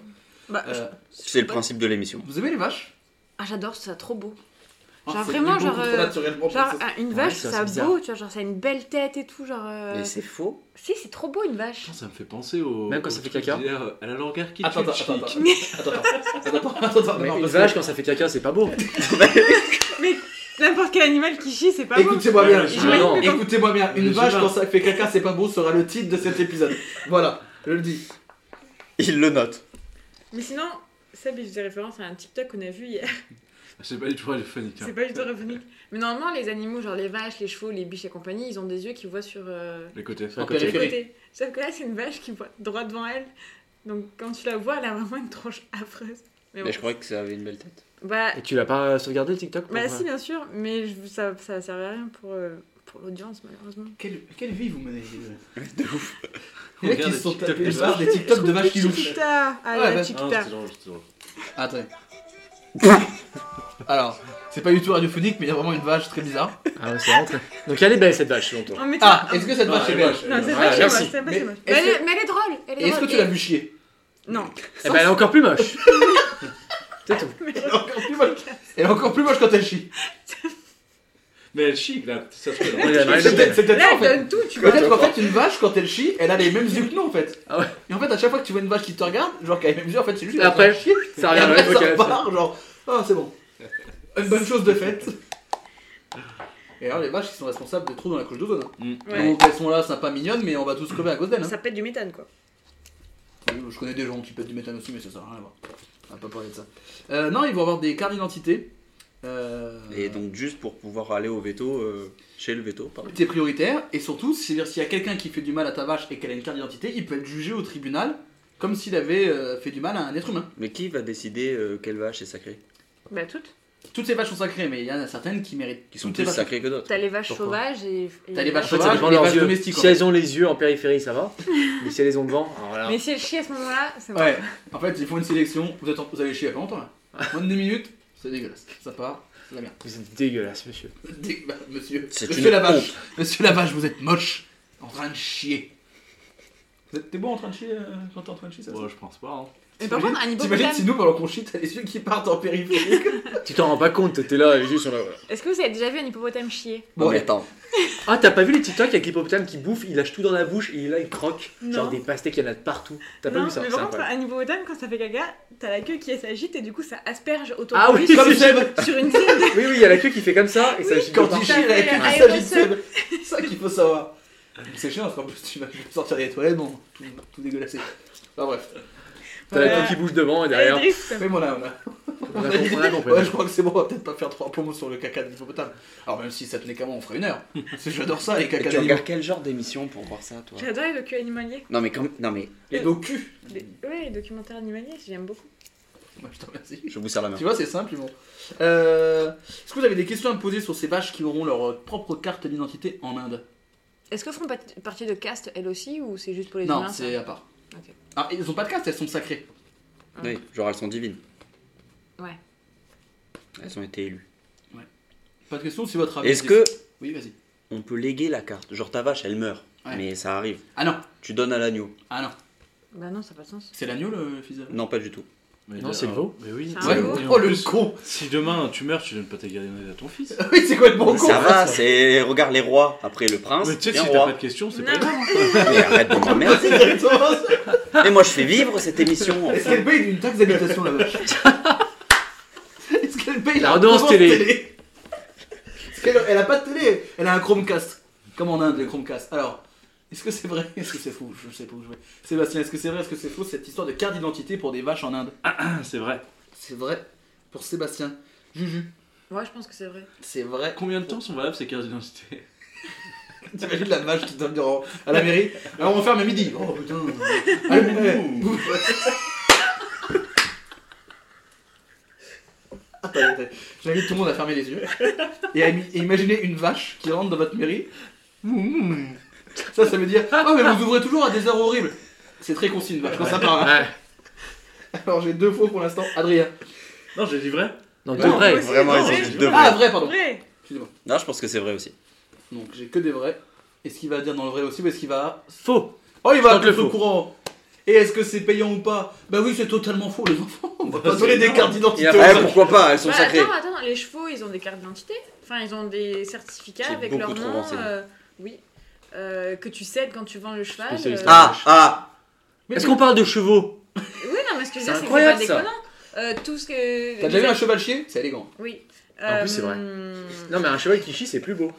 Bah, Euh, C'est le principe de l'émission. vous aimez les vaches Ah, j'adore ça, trop beau. Ah, Genre c'est vraiment, du bon genre, contre euh, naturellement, Genre, pour ça. un- une Ouais, vache, ça, ça c'est bizarre. beau, tu vois, genre, ça a une belle tête et tout, genre. euh, Mais c'est faux. Si, c'est trop beau une vache. Putain, Ça me fait penser au. Même quand au ça fait truc caca. d'hier, euh, À la langueur qui Attends, tue le attends, attends, attends, chic. euh, attends, attends, attends, attends, attends, Mais non, Une parce vache, quand ça fait caca, c'est pas beau. N'importe quel animal qui chie, c'est que- pas beau. Écoutez-moi bien, Je Ah, m'imagine non. plus comme- écoutez-moi bien, Mais une je vache sais quand pas. ça fait caca, c'est pas beau sera le titre de cet épisode. Voilà, je le dis. Il le note. Mais sinon, Seb, il faisait référence à un TikTok qu'on a vu hier. Ah, C'est pas du tout téléphonique. C'est pas du tout radiophonique. Mais normalement, les animaux, genre les vaches, les chevaux, les biches et compagnie, ils ont des yeux qui voient sur euh, Les côtés. À En côté. les périphérie. côtés. Sauf que là, c'est une vache qui voit droit devant elle. Donc quand tu la vois, elle a vraiment une tronche affreuse. Mais bon. Mais je croyais que ça avait une belle tête. Bah, Et tu l'as pas euh, sauvegardé le TikTok pour, bah euh, si, bien sûr, mais je- ça, ça servait à rien pour, euh, pour l'audience, malheureusement. Quelle, quelle vie vous menez les deux De ouf. Les mecs, Regarde ils se sont les tapés TikTok de des TikTok de vaches qui louchent. Chiquita Ah, Ouais, bah, la Non, chiquita c'était drôle, c'était drôle. Attends. Alors, c'est pas du tout radiophonique, mais il y a vraiment une vache très bizarre. Ah ouais, c'est rentré. Donc elle est belle cette vache, selon toi. Non, mais tu- Ah, est-ce que cette Non, vache elle est est belle moche. Non, c'est Ouais, pas chez moi, merci. c'est pas Mais chez moi. Mais est-ce elle est- que- mais elle est drôle Elle Et est est-ce que drôle. tu l'as vu chier Et- Non. Eh ben elle est encore plus moche. c'est tout. Elle est encore plus moche. Elle est encore plus moche quand elle chie. Mais elle chic là, ça se fait. Ouais, elle a mal C'est peut-être de- c'est peut-être Là, ça, en elle fait. donne tout, tu vois. Peut-être qu'en fait, une vache, quand elle chie, elle a les mêmes yeux que nous en fait. Ah ouais. Et en fait, à chaque fois que tu vois une vache qui te regarde, genre qui a les mêmes yeux, en fait, c'est juste. Et après, elle chie. Ça revient Et à la après, même ça vocale. repart, genre. Ah, c'est bon. Une bonne chose de faite. Et alors, les vaches, ils sont responsables des trous dans la couche d'ozone. hein. Ouais. Donc, elles sont là, sympa, mignonnes, mais on va tous crever à cause d'elles. hein. Ça pète du méthane, quoi. Je connais des gens qui pètent du méthane aussi, mais ça sert à rien à voir. On va pas parler de ça. Euh, non, ils vont avoir des cartes d'identité. Euh, Et donc, juste pour pouvoir aller au veto, euh, chez le veto, pardon. t'es prioritaire, et surtout, c'est-à-dire s'il y a quelqu'un qui fait du mal à ta vache et qu'elle a une carte d'identité, il peut être jugé au tribunal comme s'il avait euh, fait du mal à un être humain. Mais qui va décider euh, quelle vache est sacrée Bah, toutes. Toutes ces vaches sont sacrées, mais il y en a certaines qui méritent. Qui sont toutes ces plus vaches. sacrées que d'autres T'as les vaches Pourquoi sauvages et. et- T'as les En vaches fait, ça sauvages dépend de et les leurs vaches yeux. domestiques. Si elles ont les yeux en périphérie, ça va. Mais si elles ont devant, alors voilà. Mais si elle chie à ce moment-là, c'est bon. Ouais, en fait, ils font une sélection. Vous, êtes en- vous avez chié il y a pas longtemps là Moins de 2 minutes, c'est dégueulasse. Ça part, c'est la merde. Vous êtes dégueulasse, monsieur. Dé- bah, monsieur, C'est monsieur une la vache, monsieur la vache, vous êtes moche, en train de chier. Vous êtes- T'es bon en train de chier euh, quand t'es en train de chier ça Bon, je pense pas. Hein. Mais par contre, un T'imagines hippopotame. si nous pendant qu'on chie, t'as les yeux qui partent en périphérie. Tu t'en rends pas compte, t'es là, les yeux sont là. ouais. Est-ce que vous avez déjà vu un hippopotame chier Bon, Bon, mais et- attends. Ah, t'as pas vu les TikTok avec l'hippopotame qui bouffe, il lâche tout dans la bouche et là il croque. Non. Genre des pastèques, il y en a de partout. T'as pas Non, vu ça mais C'est par contre, incroyable. un hippopotame, quand ça fait caca, t'as la queue qui s'agite et du coup, ça asperge autour Ah de oui, lui comme sur, Seb sur une scène. Oui, oui, il y a la queue qui fait comme ça et ça Oui, gicle Quand pas. il Ça chie, la fait queue aérosol. s'agit de Seb. C'est ça qu'il faut savoir. C'est chiant parce qu'en plus tu vas sortir des toilettes, bon, tout, tout dégueulassé. Enfin bref. T'as la queue qui bouge devant et derrière. Elle drift. Mais bon là, on a, On a compris, on a compris. Ouais, je crois que c'est bon, on va peut-être pas faire trois pommes sur le caca de l'hippopotame. Alors même si ça tenait qu'à moi, on ferait une heure. Parce que J'adore ça, les Et caca tu d'animaux. regardes quel genre d'émission pour voir ça, toi J'adore les docu animaliers. Non, mais comme. Non, mais Les docus. Les... Ouais, les documentaires animaliers, j'aime beaucoup. Moi, je te remercie. je vous sers la main. Tu vois, c'est simple, ils vont. Euh, Est-ce que vous avez des questions à me poser sur ces vaches qui auront leur euh, propre carte d'identité en Inde Est-ce que font pat- partie de caste elles aussi ou c'est juste pour les Non, humains ça c'est à part. Ok. Ah, ils ont pas de caste, elles sont sacrées. Oui, Ah. genre, elles sont divines. Ouais. Elles ont été élues. Pas de question, c'est votre avis. Est-ce que Oui, vas-y. on peut léguer la carte Genre, ta vache, elle meurt. Ouais. Mais ça arrive. Ah non, Tu donnes à l'agneau. ah non. Bah non, ça n'a pas de sens. C'est l'agneau le fils de- Non, pas du tout. Mais Non, là, c'est le euh, veau. Mais oui. C'est mais un oui, veau. et en Oh le plus, con Si demain tu meurs, tu donnes pas ta gardiennade à ton fils. Oui, c'est quoi le bon con Ça va, c'est. Regarde les rois. Après le prince, Mais tu sais, bien si t'as roi. pas de questions, c'est Non, pas grave. Mais arrête de C'est m'emmerder. directement ça. Et moi, je fais vivre cette émission. en Est-ce fait. qu'elle paye une taxe d'habitation la vache Est-ce qu'elle paye La redevance télé. Est-ce qu'elle elle a pas de télé Elle a un Chromecast. Comme en Inde, les Chromecast. Alors, Est-ce que c'est vrai Est-ce que c'est faux Je sais pas où je vais. Sébastien, est-ce que c'est vrai Est-ce que c'est faux cette histoire de carte d'identité pour des vaches en Inde Ah, c'est vrai. C'est vrai pour Sébastien. Juju, Ouais, je pense que c'est vrai. c'est vrai. Combien de temps sont valables ces cartes d'identité T'imagines la vache qui donne à la mairie Alors on ferme à midi. Oh putain. Allez, boum, boum. Attends, attends. J'invite tout le monde à fermer les yeux et à im- et imaginer une vache qui rentre dans votre mairie. Boum. Ça, ça veut dire Ah, mais vous ouvrez toujours à des heures horribles. C'est très concis une vache quand ça parle. hein. Alors j'ai deux faux pour l'instant. Adrien. Non, j'ai dit vrai. Non, de Non, vrai. ouais. Vraiment, Non, ils ouais, ont dit je- deux Ah, vrai, vrais. Oh. pardon. Vrai Non, je pense que c'est vrai aussi. Donc j'ai que des vrais. Est-ce qu'il va dire dans le vrai aussi ou est-ce qu'il va Faux. Oh, il va Tente être le au faux. courant. Et est-ce que c'est payant ou pas Bah oui, c'est totalement faux, les enfants. On va pas donner des cartes d'identité. Et aux après, Eh, gens. pourquoi pas Elles sont Bah, sacrées. attends, attends, les chevaux, ils ont des cartes d'identité. Enfin, ils ont des certificats J'ai avec beaucoup leur trop nom. renseigné. euh, oui. Euh, que tu cèdes quand tu vends le cheval. euh, Spécialiste. euh, Ah, ah Est-ce qu'on parle de chevaux Oui, non, mais ce que C'est je veux dire, c'est que c'est pas incroyable, ça. déconnant. Euh, tout ce que. T'as déjà vu un cheval chier C'est élégant. Oui. Euh, En plus, c'est vrai. Non. Non, mais un cheval qui chie, c'est plus beau.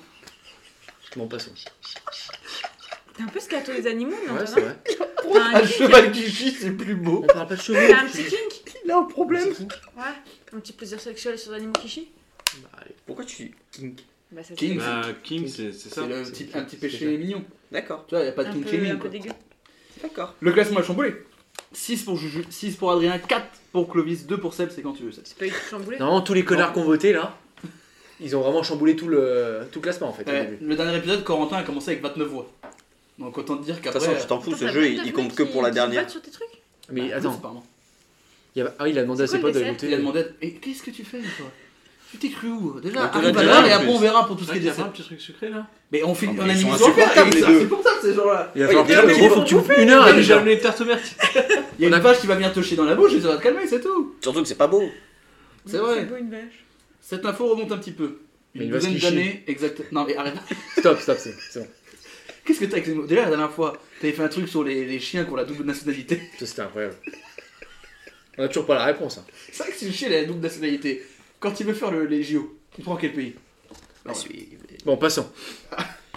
Bon, passons. T'es un peu scato des animaux, non Ouais, toi, c'est non vrai. T'as un Un kink. cheval qui chie, c'est plus beau. On parle pas de chevaux. T'as un petit kink Il a un problème. Ouais. Un petit plaisir sexuel sur les animaux qui chient Pourquoi tu. Bah, ça, c'est Kink, Bah, King, c'est c'est ça. c'est le c'est- petit- un petit c'est péché ça. mignon. D'accord, Tu vois, y a pas de un kink peu, un shaming. peu quoi. dégueu. d'accord. Le classement est chamboulé. 6 pour Juju, 6 pour Adrien, 4 pour Clovis, 2 pour Seb, c'est quand tu veux. Seb. C'est pas du tout chamboulé. Non, tous les connards qui ont voté là, ils ont vraiment chamboulé tout le, tout le classement en fait. au Ouais, début. Eh, le dernier épisode, Corentin a commencé avec 29 voix. Donc autant te dire De qu'après. toute façon, tu t'en fous, Attends, ce t'as jeu, pas il de il compte mecs que qui- pour la qui dernière. votent sur tes trucs Mais Ah, attends, c'est pas marrant. il y a- ah, il a demandé à C'est ses quoi le potes d'aller dessert voter. Il a demandé Et qu'est-ce que tu fais, toi Tu t'es cru où Déjà, Bah, t'es arrive là, à t'es l'heure là, et en après plus. on verra pour tout ce C'est qui est vrai qu'il dessert. y a pas un petit truc sucré là Mais on finit, Ah, mais on a ils mis sont une soirée insupportables, comme les ça, deux. C'est pour ça que ces gens-là. Il va Ouais, falloir il y a bien des qu'il faut que tu bouffes une heure Ah, là, mais j'ai déjà. amené une tarte aux mères. Il y a une vache qui va venir te chier dans la bouche et ça va te calmer, c'est tout. Surtout que c'est pas beau. C'est vrai. beau une vache. Cette info remonte un petit peu. Mais Une il va se douzaine licher. d'années, exact. Non mais arrête. Stop, stop, c'est c'est bon. Qu'est-ce que t'as avec ces mots Déjà la dernière fois, t'avais fait un truc sur les, les chiens qui ont la double nationalité. Ça c'était incroyable. On a toujours pas la réponse. hein. C'est vrai que si le chien il a la double nationalité, quand il veut faire le- les JO, il prend quel pays Bah, Ah, Bon, passons.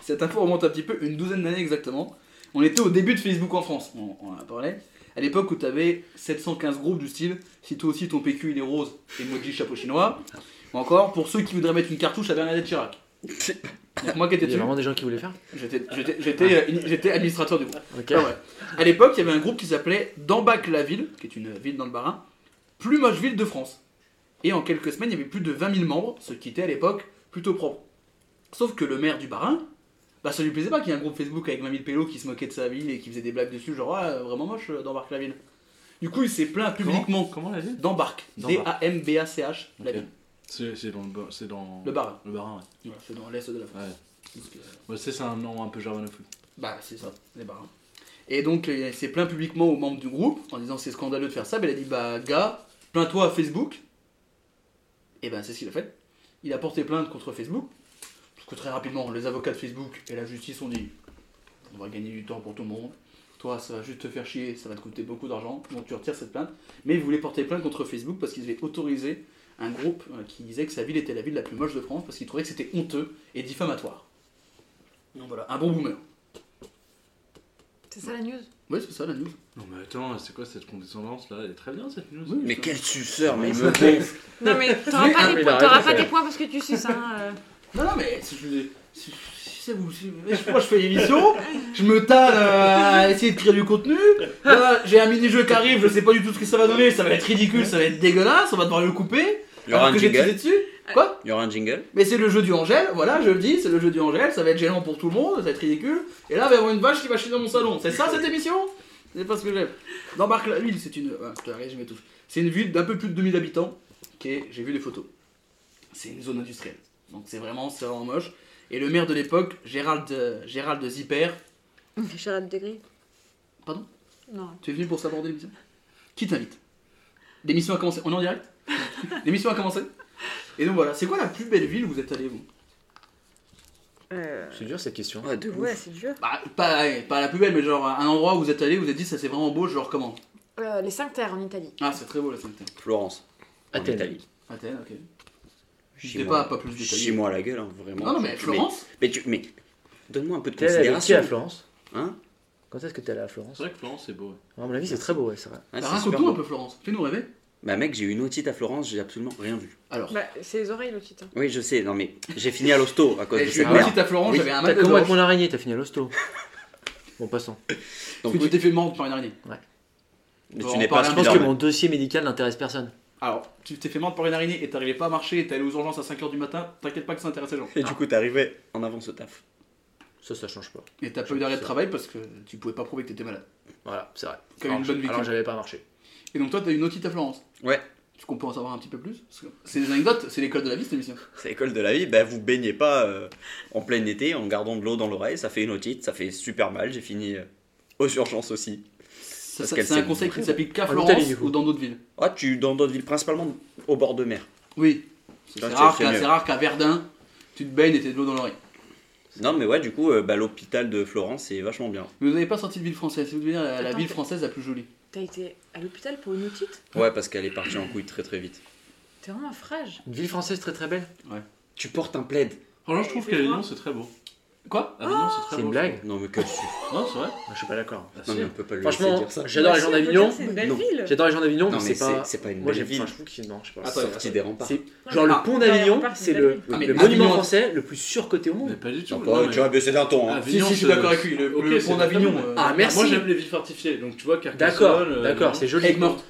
Cette info remonte un petit peu, une douzaine d'années exactement. On était au début de Facebook en France, on, on en a parlé. À l'époque où tu avais 715 groupes du style Si toi aussi ton PQ il est rose, emoji chapeau chinois. Ou encore, pour ceux qui voudraient mettre une cartouche à Bernadette Chirac. Donc moi qui Il étais y a dessus, vraiment des gens qui voulaient faire j'étais- j'étais- j'étais euh, in- j'étais administrateur du groupe. Ok. Ah ouais. À l'époque, il y avait un groupe qui s'appelait Dambac la ville, qui est une ville dans le Bas-Rhin, plus moche ville de France. Et en quelques semaines, il y avait plus de 20 000 membres, ce qui était à l'époque plutôt propre. Sauf que le maire du Bas-Rhin, bah ça lui plaisait pas qu'il y ait un groupe Facebook avec 20 000 pélos qui se moquaient de sa ville et qui faisait des blagues dessus, genre ah, vraiment moche euh, Dambac la ville. Du coup, il s'est plaint publiquement Comment la ville d'Ambarc, Dambarc. D-A-M-B-A-C-H, la Ok. ville, C'est c'est dans le bas- c'est dans le Bas-Rhin. le Bas-Rhin, ouais. Voilà, c'est dans l'est de la France. Ouais. Donc, euh, Ouais, c'est c'est un nom un peu germanophone. Bah, c'est ça, les barres. Et donc, euh, il s'est plaint publiquement aux membres du groupe en disant c'est scandaleux de faire ça. Mais il a dit bah, gars, plains-toi à Facebook. Et ben, c'est ce qu'il a fait. Il a porté plainte contre Facebook. Parce que très rapidement, les avocats de Facebook et la justice ont dit on va gagner du temps pour tout le monde. Toi, ça va juste te faire chier, ça va te coûter beaucoup d'argent. Donc, tu retires cette plainte. Mais il voulait porter plainte contre Facebook parce qu'ils avaient autorisé un groupe euh, qui disait que sa ville était la ville la plus moche de France parce qu'ils trouvaient que c'était honteux et diffamatoire. Donc voilà, un bon boomer. C'est ça la news Ouais, c'est ça la news. Non, mais attends, c'est quoi cette condescendance là Elle est très bien cette news. Oui. Mais quel suceur, mais il me gonfle. Non, mais t'auras Ah, pas, mais des, il a points, raison, t'auras pas c'est des points parce que tu suces, hein. euh. Non, non, mais si je si- si c'est vous, si- moi je fais l'émission, je me tâle euh, à essayer de créer du contenu. Là, j'ai un mini-jeu qui arrive, je sais pas du tout ce que ça va donner, ça va être ridicule, ça va être dégueulasse, on va devoir le couper. Il y alors aura un que j'ai teasé jingle. dessus. Quoi Il y aura un jingle. Mais c'est le jeu du Angèle, voilà, je le dis, c'est le jeu du Angèle, ça va être gênant pour tout le monde, ça va être ridicule. Et là, il va y avoir une vache qui va chier dans mon salon. C'est ça cette émission C'est pas ce que j'aime. Dans la ville, c'est une. Ah, je te arrête, je m'étouffe. C'est une ville d'un peu plus de 2000 habitants, qui est, j'ai vu des photos. C'est une zone industrielle. Donc c'est vraiment, c'est vraiment moche. Et le maire de l'époque, Gérald, euh, Gérald Zipper, Charlotte Degré. Pardon Non. tu es venu pour s'aborder l'émission Qui t'invite L'émission a commencé. On est en direct L'émission a commencé Et donc voilà, c'est quoi la plus belle ville où vous êtes allé vous Euh, C'est dur cette question. Ouais, de Ouais, c'est dur. Bah, pas, ouais, pas la plus belle, mais genre un endroit où vous êtes allé, vous êtes dit ça c'est vraiment beau, je le recommande. Euh, les 5 terres en Italie. Ah, c'est très beau la Sainte-Terre. Florence. En Athènes. Italie. Athènes, ok. Chie J'étais moi- pas, pas plus détaillé. Chie-moi à la gueule, hein, vraiment. Non, non, mais Florence Mais, mais tu. Mais. Donne-moi un peu de T'es allé avec qui à considération. Florence Hein Quand est-ce que t'es allé à Florence C'est vrai que Florence, c'est beau. ouais. À mon avis, c'est très beau, ouais, c'est vrai. Bah, Ah, c'est super Raconte-nous un beau. peu, Florence. Fais-nous rêver. Bah mec, j'ai eu une otite à Florence, j'ai absolument rien vu. Alors, Bah, c'est les oreilles, le titan. Oui, je sais, non mais j'ai fini à l'hosto à cause eh, de je suis cette merde. petite à Florence, Oui, j'avais T'as un mal de comment avec gorge. mon araignée, t'as fini à l'hosto. Bon, passons. Parce Donc, que tu t'es fait mordre par une araignée. mais on tu n'es parle pas un Je pense que Spider-Man. mon dossier médical n'intéresse personne. Alors, tu t'es fait mordre par une araignée et t'arrivais pas à marcher et t'es allé aux urgences à 5h du matin, t'inquiète pas que ça intéresse les gens. Et du coup, t'es arrivé en avance au taf. Ça, ça change pas. Et t'as pas eu d'arrêt de travail parce que tu pouvais pas prouver que t'étais malade. Voilà, c'est vrai. Comme Alors, une bonne je- Alors, victime. j'avais pas marché. Et donc toi, t'as eu une otite à Florence. Ouais. Tu qu'on peut en savoir un petit peu plus Parce que C'est des anecdotes, c'est l'école de la vie cette émission. C'est l'école de la vie, bah vous baignez pas euh, en plein été en gardant de l'eau dans l'oreille, ça fait une otite, ça fait super mal, j'ai fini euh, aux urgences aussi. Ça- Parce ça- qu'elle C'est un s'est conseil qui ne s'applique qu'à En Florence Italie, du coup. ou dans d'autres villes. Ah, tu dans d'autres villes, principalement au bord de mer. Oui. C'est Ça, c'est- rare c'est qu'à mieux. c'est rare qu'à Verdun, tu te baignes et t'as de l'eau dans l'oreille. Non mais ouais, du coup, euh, bah, l'hôpital de Florence, c'est vachement bien. Mais vous n'avez pas sorti de ville française, c'est devenir la, la Attends, ville t'as- française la plus jolie. T'as été à l'hôpital pour une otite Ouais, parce qu'elle est partie en couille très très vite. T'es vraiment un frage. Une ville française très très belle. Tu portes un plaid. Franchement, Oh, je trouve Et qu'Avignon, toi c'est très beau. Quoi Avignon, Ah, c'est très C'est beau. une blague Non mais que Non, c'est vrai. Je suis pas d'accord. Ah, Non si. mais on peut pas lui laisser Franchement, dire ça. j'adore Bah les si, gens on peut d'Avignon. dire que C'est une belle Non. ville. J'adore les gens d'avignon, Non mais mais c'est pas. c'est pas une Moi, belle j'ai ville. enfin, je trouve qu'ils- non, je sais pas. Attends, Sortie des remparts. C'est- Non, Genre mais- le pont Non, mais d'Avignon, on part, c'est une le, belle ville. le Ah, mais monument Avignon- français le plus surcoté au Mais monde. pas du tout. Non, non, pas- mais- tu vas baisser d'un ton. Si, hein. Ah, Avignon, si, je suis c'est- d'accord avec lui. Le, Ok, le c'est pont très d'Avignon. bien. euh, Ah, merci. Moi, j'aime les villes fortifiées, donc tu vois, D'accord, Carcassonne. euh, d'accord, Avignon. c'est joli. Aigues mortes.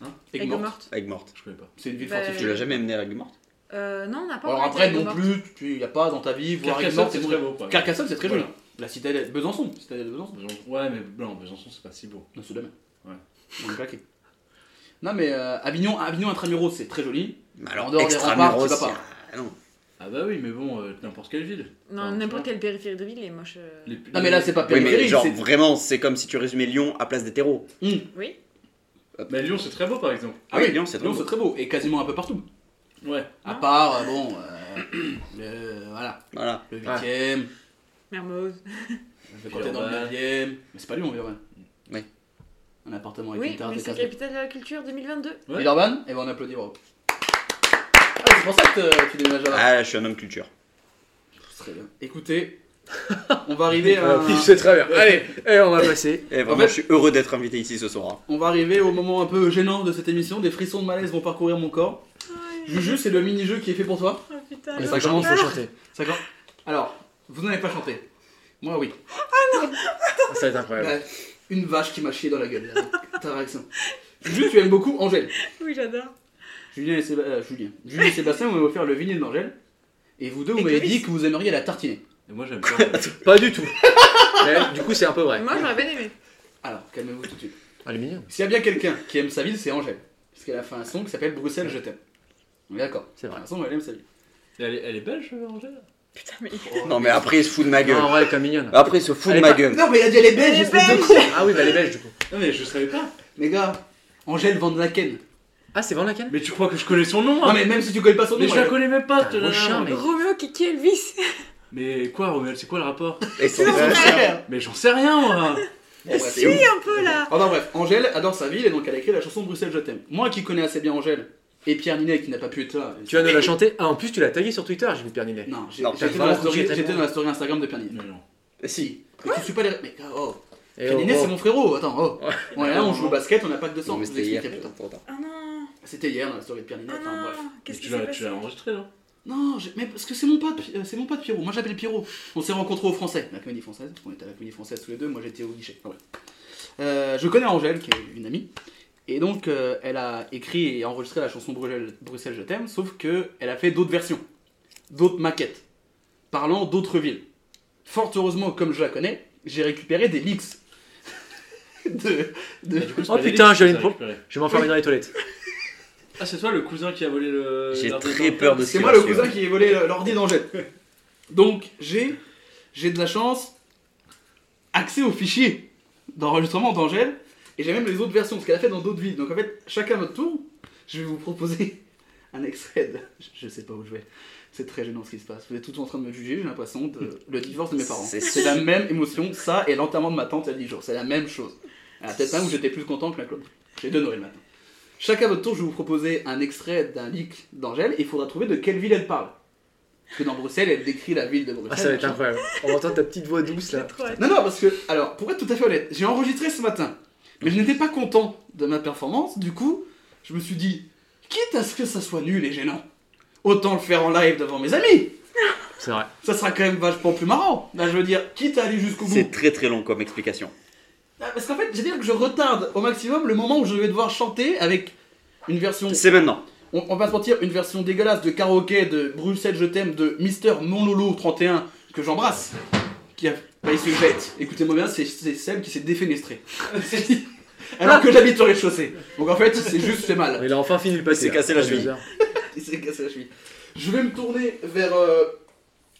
Hein Aigues Aigues mortes. mortes. Aigues mortes. Je connais pas. C'est une ville Bah, Tu fortifiée. l'as jamais amené à l'aigues mortes Euh, non, on n'a pas Alors parlé après, d'Aigues non mortes. plus, il n'y a pas dans ta vie. Voir Aigues Carcassonne, mortes, c'est c'est très bon. beau. par exemple. Carcassonne, c'est très joli. Voilà. La citadelle. Besançon. Citadelle de Besançon. Besançon- Ouais, mais non, Besançon, c'est pas si beau. Non, c'est demain. Ouais. On est claqué. Non, mais euh, Avignon, Avignon intramuros, c'est très joli. Mais En Bah alors dehors des remparts, extramuros, tu vas c'est- pas. ah, non. Ah bah oui, mais bon, euh, n'importe quelle ville. Non, Enfin, n'importe tu quelle périphérie de ville est moche. euh. vois, les- Non, Ah, mais là, c'est pas Oui mais périphérique, genre c'est- vraiment, Ah, c'est comme si tu résumais Lyon à place des terreaux. Oui. Mais Lyon, c'est très beau, par exemple. Ah oui, Lyon c'est très Lyon, beau. c'est très beau. Et quasiment un peu partout. Ouais. À Ah. part, euh, bon, euh, le, voilà, Voilà. le Ah. 8ème, Mermoz. le côté dans le Villeurbanne. 9ème. Mais c'est pas Lyon, Villeurbanne. Oui. Un appartement avec Oui, une terrasse mais de c'est 15 mètres. capitale de la culture 2022. Ouais. Villeurbanne, et ben on applaudit bravo. Ah, c'est pour ça que euh, tu déménages là-bas. Ah, je suis un homme culture. Très bien. Écoutez, on va arriver à. euh, Je sais Euh, très bien. Allez, eh, on va passer. Et vraiment, fait- je suis heureux d'être invité ici ce soir. hein. On va arriver au moment un peu gênant de cette émission, des frissons de malaise vont parcourir mon corps. Juju, c'est le mini-jeu qui est fait pour toi. Oh putain. Il je- faut que je commence à chanter. D'accord Alors, vous n'avez pas chanté. Moi, oui. Ah, Ça va être incroyable. Bah, une vache qui m'a chié dans la gueule. là. Ta réaction. Juju, tu aimes beaucoup Angèle. Oui, j'adore. Julien et Séba- euh, Julien. Juju et Sébastien, vous m'avez offert le vinyle d'Angèle. Et vous deux, vous Et m'avez Chris. dit que vous aimeriez la tartiner. Et moi, j'aime pas. euh, Pas du tout. Mais, du coup, c'est un peu vrai. Moi, j'aurais bien aimé. Alors, calmez-vous tout de suite. Ah, Elle est mignonne. S'il y a bien quelqu'un qui aime sa ville, c'est Angèle. Parce qu'elle a fait un son qui s'appelle Bruxelles, je t'aime. On est D'accord. C'est vrai. Un son où elle aime sa ville. Elle est, elle est belge, euh, Angèle Putain, mais. Non, Oh, mais après, il se fout de Non, ma en gueule. vrai, elle est quand même mignonne. Après, il se Elle fout de est ma pas- gueule. Non, mais elle a dit elle est belge, Elle est espèce de belge. con Ah oui, bah elle est belge du coup. Non, mais je savais pas. Les gars, Angèle Van Laken. Ah, c'est Van Laken Mais tu crois que je connais son nom Non hein mais même si tu connais pas son Mais nom, je la elle- connais même pas, Putain, te gros chien, mais- Romeo, Kiki, Elvis. Mais quoi, Romuald, c'est quoi le rapport Et son Son frère. frère. Mais j'en sais rien, moi Bon, bref. C'est ouf. Un peu là. Enfin bref, Angèle adore sa ville et donc elle a écrit la chanson Bruxelles je t'aime. Moi qui connais assez bien Angèle et Pierre Ninet qui n'a pas pu être là. Tu vas nous la chanter. Ah, en plus, tu l'as tagué sur Twitter, j'ai vu Pierre Ninet. Non, j'ai- Non, j'étais t'as dans, la vraiment story- touché j'étais tellement. dans la story Instagram de Pierre Ninet. Mais non. Si. Mais tu suis pas les. Mais oh, Eh, Pierre oh, Ninet oh. c'est mon frérot, attends, oh. Ouais. On est là, on joue au basket, on a pas que 200. Non, mais je vous c'était hier. expliquerai plus tard. Trop tard. Ah non. C'était hier dans la story de Pierre Ninet, Ah enfin bref. non. Qu'est-ce Mais qui tu s'est l'as tu passé l'as enregistré, non Non, j'ai- mais parce que c'est mon pote, Pi- euh, c'est mon pote Pierrot. Moi, j'appelle Pierrot. On s'est rencontrés au Français, la Comédie Française. On était à la Comédie Française tous les deux. Moi, j'étais au guichet. Enfin, bref. Euh, je connais Angèle, qui est une amie, et donc euh, elle a écrit et enregistré la chanson Bruxelles, Bruxelles je t'aime, sauf que elle a fait d'autres versions, d'autres maquettes, parlant d'autres villes. Fort heureusement, comme je la connais, j'ai récupéré des leaks de, de- Mais du coup, c'est Oh pas des putain, listes j'ai que une t'as pro- récupérées. Je vais m'enfermer dans les toilettes. Ah, c'est toi le cousin qui a volé le. Euh, J'ai l'arbre très d'enfant peur de ce C'est qui moi va le suivre. cousin qui ai volé l'ordi d'Angèle. Donc j'ai j'ai de la chance, accès aux fichiers d'enregistrement d'Angèle et j'ai même les autres versions, ce qu'elle a fait dans d'autres villes. Donc en fait, chacun notre tour, je vais vous proposer un extrait. de- je- Je sais pas où je vais. C'est très gênant ce qui se passe. Vous êtes tous en train de me juger, j'ai l'impression, de le divorce de mes parents. C'est- C'est la même émotion, ça et l'enterrement de ma tante il y a 10 jours. C'est la même chose. Alors peut-être un hein, où j'étais plus content que la Claude. J'ai deux Noël maintenant. Chacun à votre tour, je vais vous proposer un extrait d'un leak d'Angèle et il faudra trouver de quelle ville elle parle. Parce que dans Bruxelles, elle décrit la ville de Bruxelles. Ah, ça va être incroyable. On va entendre ta petite voix douce là. J'ai trop hâte. Non, non, parce que, alors, pour être tout à fait honnête, j'ai enregistré ce matin, mais je n'étais pas content de ma performance, du coup, je me suis dit, quitte à ce que ça soit nul et gênant, autant le faire en live devant mes amis, C'est vrai. ça sera quand même vachement plus marrant. Là, je veux dire, quitte à aller jusqu'au bout. C'est très très long comme explication. Ah, Parce qu'en fait, c'est-à-dire que je retarde au maximum le moment où je vais devoir chanter avec une version, C'est maintenant. on, on va se mentir, une version dégueulasse de karaoké de Bruxelles Je t'aime de Mister Non Lolo 31 que j'embrasse, qui a failli se jette. Écoutez-moi bien, c'est c'est Seb qui s'est défenestré. Alors que j'habite au rez-de-chaussée. Donc en fait, c'est juste fait mal. Il a enfin fini le passé. Il là. s'est cassé la Ah, cheville. bizarre. Il s'est cassé la cheville. Je vais me tourner vers. euh,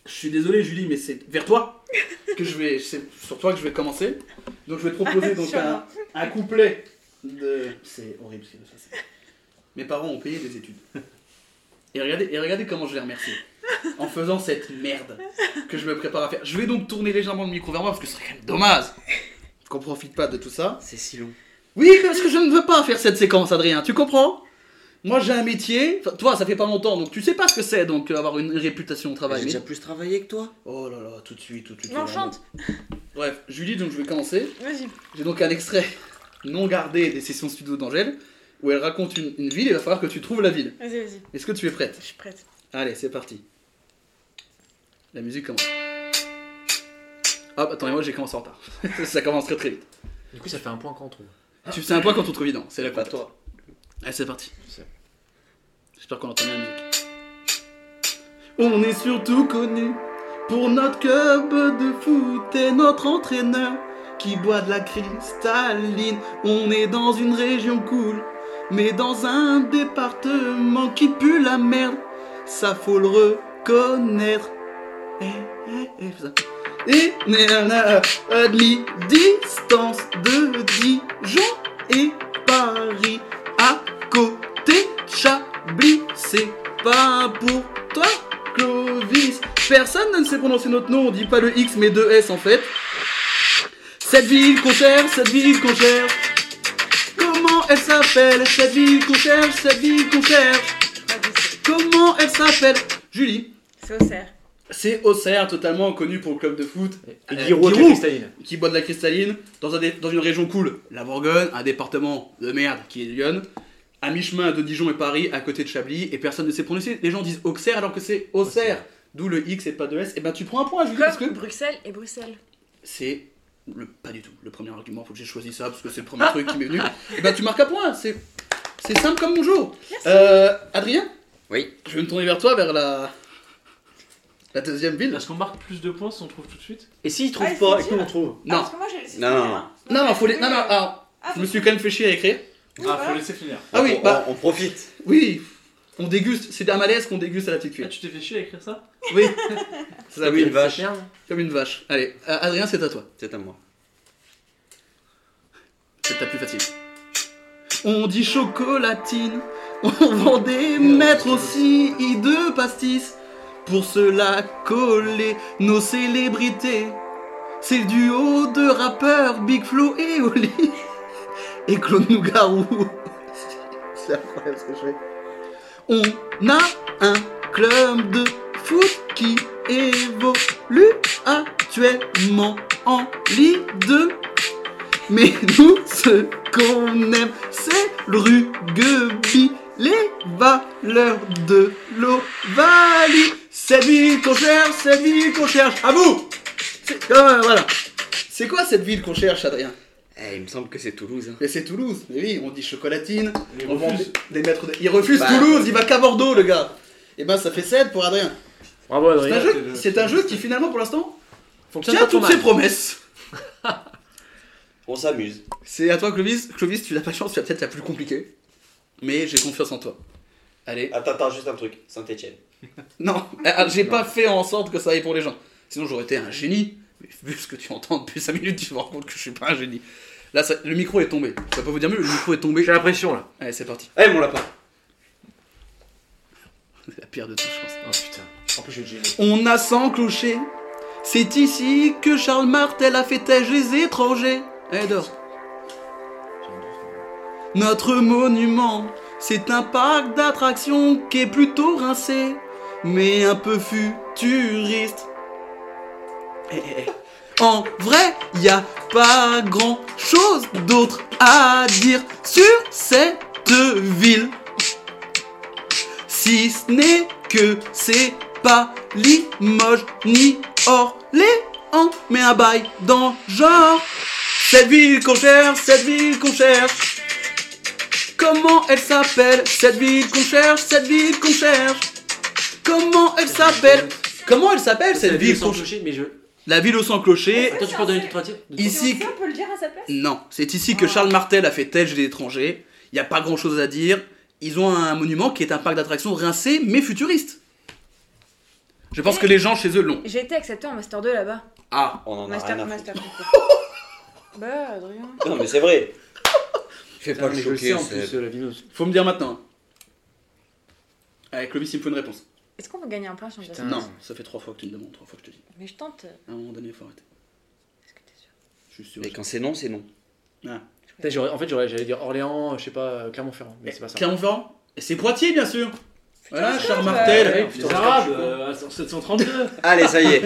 Je suis désolé, Julie, mais c'est vers toi que je vais. C'est sur toi que je vais commencer. Donc je vais te proposer donc un, un couplet de. C'est horrible ce qui va se passer. Mes parents ont payé des études. Et regardez, et regardez comment je les remercie. En faisant cette merde que je me prépare à faire. Je vais donc tourner légèrement le micro vers moi parce que ce serait quand même dommage qu'on profite pas de tout ça. C'est si long. Oui, parce que je ne veux pas faire cette séquence, Adrien, tu comprends Moi j'ai un métier, enfin, toi ça fait pas longtemps, donc tu sais pas ce que c'est, donc euh, avoir une réputation au travail. J'ai mais- déjà plus travaillé que toi. Oh là là, tout de suite, tout de suite. Non, oh là là. chante. Bref, Julie, donc je vais commencer. Vas-y. J'ai donc un extrait non gardé des sessions studio d'Angèle, où elle raconte une, une ville, il va falloir que tu trouves la ville. Vas-y, vas-y. Est-ce que tu es prête Je suis prête. Allez, c'est parti. La musique commence. Hop, attends, et moi j'ai commencé en retard. ça commence très très vite. Du coup, ça fait un point quand on trouve. Tu sais un point quand on trouve évident, c'est la compte. toi. Allez, c'est parti. C'est- J'espère qu'on entend bien la musique. On est surtout connu pour notre club de foot et notre entraîneur qui boit de la cristalline. On est dans une région cool, mais dans un département qui pue la merde. Ça faut le reconnaître. Eh, eh, eh, fais ça. Et nanana, à distance de Dijon et Paris à côté de Chablis, c'est pas pour toi, Clovis. Personne ne sait prononcer notre nom, on dit pas le X mais deux S en fait. Cette ville qu'on cherche, cette ville qu'on cherche. Comment elle s'appelle Cette ville qu'on cherche, cette ville qu'on cherche. Comment elle s'appelle Julie. C'est au cerf. C'est Auxerre, totalement connu pour le club de foot. Et Euh, Giroud, Giroud. Cristalline. qui boit de la cristalline dans, un dé- dans une région cool, la Bourgogne, un département de merde qui est Lyon, à mi-chemin de Dijon et Paris, à côté de Chablis, et personne ne sait prononcer. Les gens disent Auxerre alors que c'est Auxerre, d'où le X et pas de S. Et ben tu prends un point, Julie, parce que Comme Bruxelles et Bruxelles. c'est le, pas du tout le premier argument. Faut que j'ai choisi ça parce que c'est le premier truc qui m'est venu. Et ben tu marques un point, c'est c'est simple comme bonjour. Merci. Euh, Adrien, Oui. je vais me tourner vers toi, vers la la deuxième ville. Ah, Est-ce qu'on marque plus de points si on trouve tout de suite Et s'il trouve Ouais, pas, c'est et qu'on trouve Ah, Non, parce que moi, j'ai laissé Non, finir, non, non. hein. non, non, faut les- Oui, non, non, euh, alors, ah, je me suis quand même fait chier à écrire. oui, Ah, voilà. faut laisser finir. Ah oui, on, bah on- on profite. oui, on déguste, c'est un malaise qu'on déguste à la petite Ah, cuillère. tu t'es fait chier à écrire ça Oui, c'est ça, Comme une oui, vache. comme une vache. Allez, euh, Adrien, c'est à toi. C'est à moi. C'est ta plus facile. On dit chocolatine, on vend des mètres aussi de pastis. Pour cela coller nos célébrités. C'est le duo de rappeurs Big Flo et Oli. Et Claude Nougarou. C'est incroyable ce que je fais. On a un club de foot qui évolue actuellement en Ligue 2. Mais nous, ce qu'on aime, c'est le rugby, les valeurs de l'Ovalie. Cette ville qu'on cherche, cette ville qu'on cherche. À vous C'est- euh, Voilà. C'est quoi cette ville qu'on cherche, Adrien Eh, il me semble que c'est Toulouse. hein. Mais c'est Toulouse. Mais oui, on dit chocolatine. Les on vend refuse. des, des maîtres de- Il refuse Bah. Toulouse, euh, il va qu'à Bordeaux, le gars. Et ben, ça fait 7 pour Adrien. Bravo, C'est un Adrien. jeu- c'est le- C'est un jeu qui, finalement, pour l'instant, Fonctionne tient pas trop toutes mal. ses promesses. On s'amuse. C'est à toi, Clovis. Clovis, tu n'as pas de chance, tu as peut-être la plus compliquée. Mais j'ai confiance en toi. Allez. Attends, attends, juste un truc. Saint-Etienne. Non, ah, j'ai pas fait en sorte que ça aille pour les gens. Sinon, j'aurais été un génie. Mais vu ce que tu entends depuis 5 minutes, tu te rends compte que je suis pas un génie. Là, ça- le micro est tombé. Ça peut vous dire mieux, le micro est tombé. J'ai l'impression là. Allez, c'est parti. Eh, mon lapin. C'est la pire de tout, je pense. Oh putain. En plus, j'ai le On a sans clocher. C'est ici que Charles Martel a fait têche les étrangers. Eh, dors. Notre monument, c'est un parc d'attractions qui est plutôt rincé. mais un peu futuriste. Eh, eh, eh. En vrai, y a pas grand chose d'autre à dire sur cette ville. Si ce n'est que c'est pas Limoges ni Orléans, mais un bail dans le genre. Cette ville qu'on cherche, cette ville qu'on cherche. Comment elle s'appelle Cette ville qu'on cherche, cette ville qu'on cherche. Comment elle s'appelle Comment elle s'appelle cette ville Euh, sans qu'on cherche clocher, mais je. La ville sans clocher. Attends, tu peux donner ton titre Ici on peut le dire à sa place non, c'est ici que Charles Martel a fait tel des étrangers. Il n'y a pas grand chose à dire. Ils ont un monument qui est un parc d'attractions rincé mais futuriste. Je pense que les gens chez eux l'ont. J'ai été accepté en Master 2 là-bas. Ah, On en a Master, rien à Master. bah, Adrien. foutre. Non, mais c'est vrai. Fais pas le Je le choquer, sais en c'est- plus, euh, la vidéo. faut me dire maintenant. Avec Clovis, il me faut une réponse. Est-ce qu'on peut gagner un point sur ça Non, ça fait trois fois que tu me demandes, trois fois que je te dis. Mais je tente. euh, À un moment donné, il faut arrêter. Est-ce que t'es sûr Je suis sûr. Mais quand c'est non, c'est non. Putain, j'aurais- En fait, j'aurais- j'allais dire Orléans, je sais pas, euh, Clermont-Ferrand, mais c'est pas ça. Clermont-Ferrand Et c'est Poitiers, bien sûr Voilà, c'est Charles ça, Martel ouais. Les Arabes, euh, en 732 Allez, ça y est.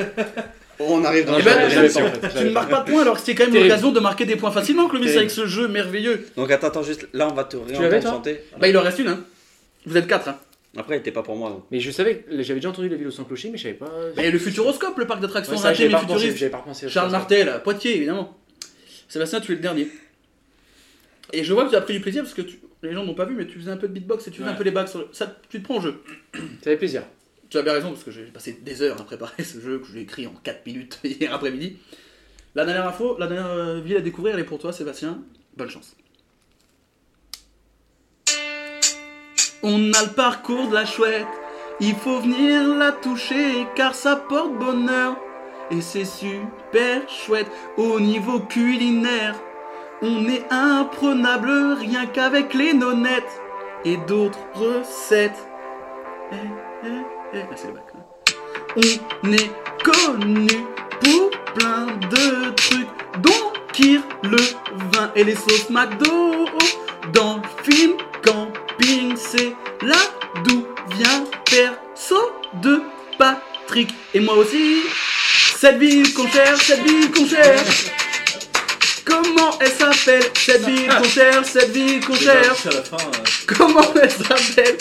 On arrive dans Eh le ben, jeu. j'avais de J'avais pas, l'émission. en fait, Tu j'avais ne pas. marques pas de points alors que c'est quand même Terrible. l'occasion de marquer des points facilement, Clovis, Terrible. avec ce jeu merveilleux. Donc attends, attends, juste là, on va te l'avais, réentendre toi chanter. Bah, il en reste une, hein. Vous êtes quatre, hein. Après, il était pas pour moi. donc. Mais je savais, que- j'avais déjà entendu la vidéo sans clocher, mais je savais pas. Et le Futuroscope, le parc d'attractions Bah, Ouais, c'est vrai que raté j'avais mais pas repensé, futuriste. j'avais pas repensé. à Charles ça. Martel, Poitiers, évidemment. Sébastien, tu es le dernier. Et je vois que tu as pris du plaisir parce que tu- les gens n'ont pas vu, mais tu faisais un peu de beatbox et tu faisais Ouais. un peu les bacs sur le... Ça, tu te prends au jeu. Ça fait plaisir. Tu avais raison parce que j'ai passé des heures à préparer ce jeu que j'ai écrit en 4 minutes hier après-midi. La dernière info, la dernière euh, ville à découvrir, elle est pour toi, Sébastien. Bonne chance. On a le parcours de la chouette, il faut venir la toucher car ça porte bonheur et c'est super chouette au niveau culinaire. On est imprenable rien qu'avec les nonnettes et d'autres recettes. Eh, eh, eh. Ah, c'est le bac, hein. On est connu pour plein de trucs, dont Kir, le vin et les sauces McDo. Dans le film Camping, c'est là d'où vient perso de Patrick. Et moi aussi, cette ville qu'on cherche, cette ville qu'on cherche. Comment elle s'appelle Cette ville qu'on cherche, cette ville qu'on cherche. à la fin. euh, Comment elle s'appelle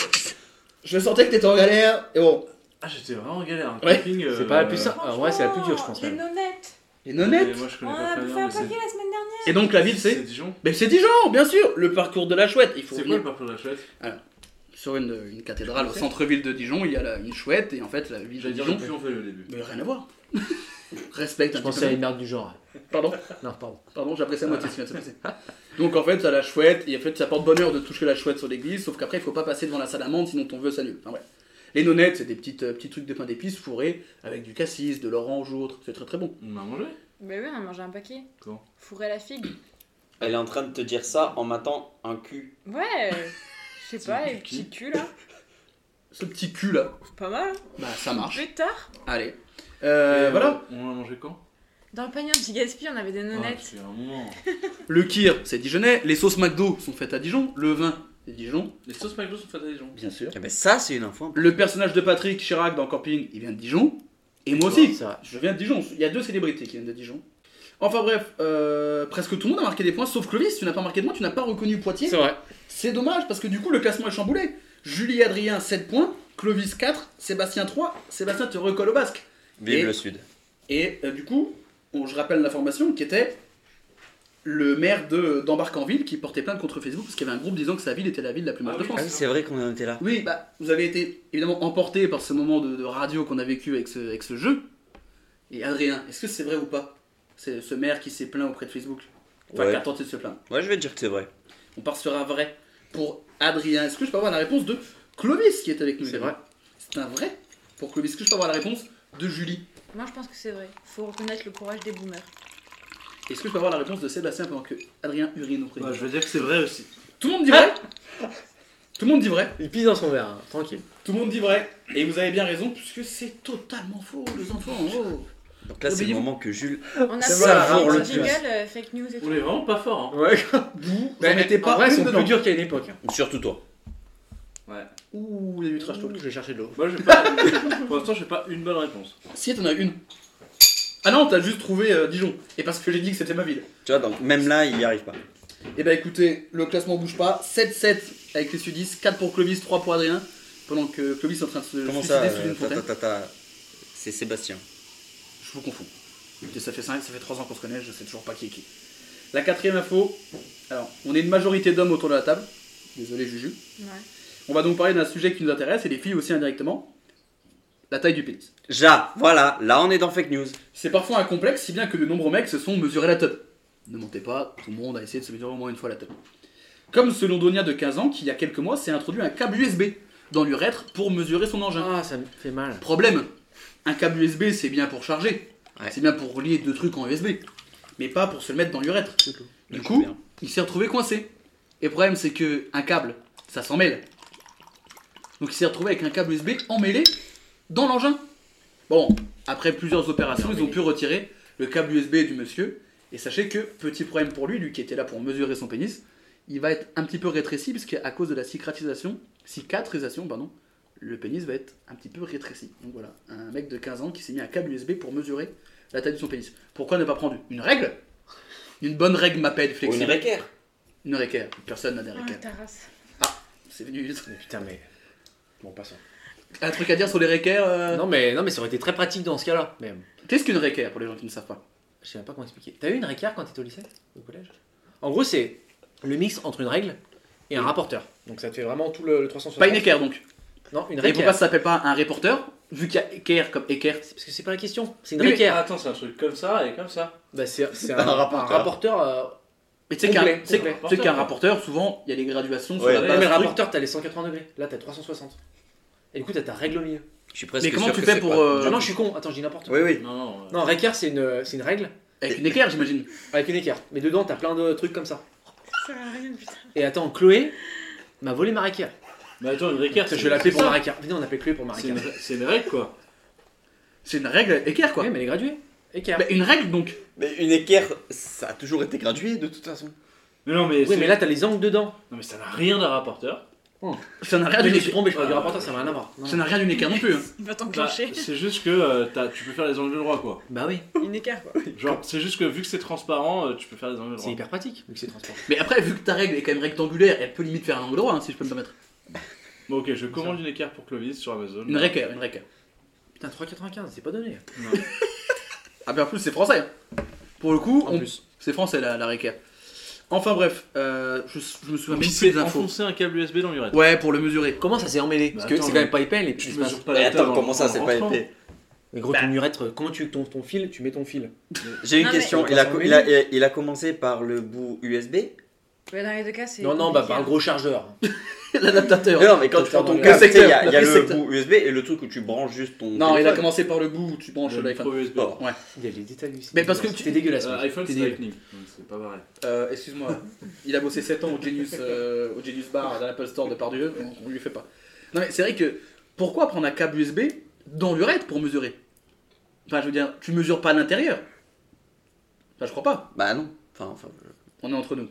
Je sentais que t'étais en galère. Et bon. Ah, j'étais vraiment en galère. un Ouais. camping, euh, C'est pas la plus simple. Franchement, Ah, ouais, c'est la plus dure, je pense. Les même. nonnettes. Et mais nonnette. Moi, je On connais en pas a très fait bien. un mais c'est- paquet la semaine dernière. Et donc la ville C'est c'est. Dijon. Mais c'est Dijon, bien sûr. Le parcours de la chouette. Il faut C'est quoi venir le parcours de la chouette sur une, une cathédrale au centre-ville de Dijon. Il y a la- une chouette et en fait la ville de J'allais dire, j'ai Dijon. plus on fait le début. Mais rien à voir. Respecte. Je un petit pensais à peu. une merde du genre. Pardon. Non, pardon. Pardon, j'apprécie à moitié ce qui vient de se passer. Donc en fait, t'as la chouette, et en fait, ça porte bonheur de toucher la chouette sur l'église, sauf qu'après, il faut pas passer devant la salle amande, sinon ton vœu s'annule. Enfin, bref. Les nonnettes, c'est des petites, euh, petits trucs de pain d'épices fourrés avec du cassis, de l'orange ou autre. C'est très très bon. On a mangé Mais Bah oui, on a mangé un paquet. Quand Fourrer la figue. Elle est en train de te dire ça en m'attend un cul. Ouais. Je sais pas, les petits culs là. Ce petit cul là, Pas mal. bah ça marche. Plus tard, Allez. Euh, Et, voilà. On on l'a mangé quand dans le panier anti gaspi, on avait des Ah, nonnettes. C'est un moment. Le kir, c'est Dijonais. Les sauces McDo sont faites à Dijon. Le vin, c'est Dijon, Les sauces McDo sont faites à Dijon. bien sûr. Eh ben, ça, c'est une info. Le personnage de Patrick Chirac dans Camping, il vient de Dijon. Et moi aussi. C'est vrai. Je viens de Dijon, il y a deux célébrités qui viennent de Dijon. Enfin bref, euh, presque tout le monde a marqué des points, sauf Clovis, tu n'as pas marqué de points, tu n'as pas reconnu Poitiers. C'est vrai. C'est dommage, parce que du coup le classement est chamboulé. Julie et Adrien 7 points, Clovis 4, Sébastien 3, Sébastien te recolle au basque. Vive Et- le Sud. Et euh, du coup, on- je rappelle la formation qui était le maire de- d'Embarque-en-Ville qui portait plainte contre Facebook parce qu'il y avait un groupe disant que sa ville était la ville la plus mal Ah de oui. France. Ah oui, c'est vrai qu'on en était là. Oui, bah, vous avez été évidemment emporté par ce moment de, de radio qu'on a vécu avec ce, avec ce jeu. Et Adrien, est-ce que c'est vrai ou pas C'est ce maire qui s'est plaint auprès de Facebook. Enfin, Ouais. qui a tenté de se plaindre. Moi, je vais te dire que c'est vrai. On part sur un vrai pour Adrien. Est-ce que je peux avoir la réponse de Clovis qui est avec nous C'est vrai. C'est un vrai pour Clovis. Est-ce que je peux avoir la réponse de Julie Moi, je pense que c'est vrai. Faut reconnaître le courage des boomers. Est-ce que je peux avoir la réponse de Sébastien pendant que Adrien urine auprès de Bah, nous je veux dire que c'est vrai aussi. Tout le monde dit vrai Tout le monde dit vrai Il pisse dans son verre, hein, tranquille. Ah Tout le monde dit vrai. Et vous avez bien raison puisque c'est totalement faux les enfants. Oh. Donc là, c'est le Obéis-vous. moment que Jules. On a Ça fait va, hein, un le petit jingle euh, fake news et On tout. est vraiment pas fort. Hein. Ouais. Vous, vous en mettez pas en vrai, une ils sont dedans. plus durs qu'à une époque. hein. Surtout toi. Ouais. Ouh, il y a du trash Je talk. vais chercher de l'eau. Moi, j'ai pas. Pour l'instant, j'ai pas une bonne réponse. Si, t'en as une. Ah non, t'as juste trouvé euh, Dijon. Et parce que j'ai dit que c'était ma ville. Tu vois, donc même là, il n'y arrive pas. Et bah écoutez, le classement bouge pas. 7-7 avec les sudistes, 4 pour Clovis, 3 pour Adrien. Pendant que Clovis est en train de se Comment suicider ça sous une euh, ta, fontaine. ta, ta, ta C'est Sébastien. Je vous confonds. Et ça fait 5, ça fait 3 ans qu'on se connaît, je sais toujours pas qui est qui. La quatrième info. Alors, on est une majorité d'hommes autour de la table. Désolé Juju. Ouais. On va donc parler d'un sujet qui nous intéresse et les filles aussi indirectement. La taille du pénis. Ja, voilà, là on est dans fake news. C'est parfois un complexe, si bien que de nombreux mecs se sont mesurés la teub. Ne mentez pas, tout le monde a essayé de se mesurer au moins une fois la teub. Comme ce londonien de 15 ans qui, il y a quelques mois, s'est introduit un câble USB dans l'urètre pour mesurer son engin. Ah, ça me fait mal. Problème, un câble USB c'est bien pour charger, Ouais. c'est bien pour relier deux trucs en USB, mais pas pour se le mettre dans l'urètre. Du Je coup, viens. il s'est retrouvé coincé. Et le problème c'est que un câble, ça s'en mêle. Donc il s'est retrouvé avec un câble USB emmêlé dans l'engin. Bon, après plusieurs opérations, ils ont pu retirer le câble USB du monsieur. Et sachez que, petit problème pour lui, lui qui était là pour mesurer son pénis, il va être un petit peu rétréci, puisque à cause de la cicatrisation, cicatrisation, pardon, le pénis va être un petit peu rétréci. Donc voilà, un mec de 15 ans qui s'est mis un câble USB pour mesurer la taille de son pénis. Pourquoi ne pas prendre une règle Une bonne règle m'appelle flexible. Une réquerre Une réquerre. Personne n'a des Ah, réquerres. ta race. C'est venu. Mais putain, mais. Bon, passons. Un truc à dire sur les réquerres euh, Non, mais, non, mais ça aurait été très pratique dans ce cas-là. Mais euh, Qu'est-ce qu'une réquerre pour les gens qui ne savent pas je sais même pas comment expliquer. T'as eu une récart quand t'étais au lycée Au collège En gros, c'est le mix entre une règle et un rapporteur. Donc ça te fait vraiment tout le, le 360. Pas une équerre donc. Non, une Et pourquoi récart. ça s'appelle pas un reporter Vu qu'il y a équerre comme équerre. Parce que c'est pas la question. C'est une Oui, mais- récart. attends, c'est un truc comme ça et comme ça. Bah, c'est c'est Un un, un rapporteur. rapporteur. euh, Mais tu sais qu'un Complet, tu sais- complet. tu sais qu'un rapporteur, souvent, il y a des graduations sur Ouais, la non, base. mais du le truc. rapporteur, t'as les 180 degrés. Là, t'as 360. Et du coup, t'as ta règle au milieu. Je suis presque Mais comment sûr tu que fais c'est pour. pas- euh, Ah non, je suis con. Attends, je dis n'importe quoi. Oui, oui. Non, non. euh, Non, Recker, c'est une, c'est une règle Avec une équerre, j'imagine. avec une équerre. Mais dedans, t'as plein de trucs comme ça. Ça sert à rien, putain. Et attends, Chloé m'a volé ma Recker. Mais attends, une récarte. Je vais l'appeler pour ma Recker. Venez, on appelle Chloé pour ma C'est Recker. une, c'est une règle quoi. C'est une règle équerre quoi. Ouais, mais elle est graduée. Équerre. Bah, une règle donc. Mais une équerre, ça a toujours été gradué de toute façon. Mais non, mais. Oui, c'est- mais là, t'as les angles dedans. Non, mais ça n'a rien d'un rapporteur. Ça n'a rien Ah, mais d'une je suis équerre. trompé, je parle du rapporteur, ça n'a rien à voir. Non. Ça n'a rien d'une équerre non plus. hein. Il va Bah, t'enclencher. c'est juste que euh, t'as- tu peux faire les angles de droit quoi. Bah oui, Une écart, quoi. Genre, c'est juste que vu que c'est transparent, euh, tu peux faire les angles de c'est droit. hyper pratique vu que c'est transport. Mais après, vu que ta règle est quand même rectangulaire, elle peut limite faire un angle droit hein, si je peux me permettre. Bon, ok, je commande une équerre pour Clovis sur Amazon. Une réquerre, une réquerre. Putain, 3,95, c'est pas donné. Ah, ben en plus, c'est français. hein. Pour le coup, En on- plus. c'est français la, la réquerre. Enfin bref, euh, je, je me souviens Donc, même il plus s'est des infos. enfoncé un câble USB dans l'urètre. Ouais, pour le mesurer. Comment ça s'est emmêlé Bah Parce que attends, c'est mais- quand même pas épais, les Tu petits mesures espaces. pas la Mais teub attends, en- comment ça, en c'est pas rentrant. épais Mais gros, ton urètre, comment tu ton, ton fil Tu mets ton fil. J'ai une Non, mais- question. Il a, co- il, a, il a commencé par le bout USB Mais dans les deux cas, c'est. Non, non, bah par compliqué, un gros chargeur. L'adaptateur. Non, non, mais quand Faut tu faire prends ton dans le câble, tu sais, il y a, secteur, il y a le le secteur. bout USB et le truc où tu branches juste ton. Non, il a téléphone. commencé par le bout, tu branches Le l'iPhone. micro USB. Bon. Il y a les détails du site. Mais parce que tu- C'était dégueulasse. Euh, mec. iPhone, c'est C'était dégueulasse. Lightning. Donc, C'est pas pareil. Euh, excuse-moi, il a bossé 7 ans au Genius, euh, au Genius Bar, dans l'Apple Store de Pardieu, on, on lui fait pas. Non mais c'est vrai que, pourquoi prendre un câble USB dans l'urètre pour mesurer Enfin je veux dire, tu mesures pas à l'intérieur Enfin je crois pas, Bah non. Enfin, enfin, on est entre nous.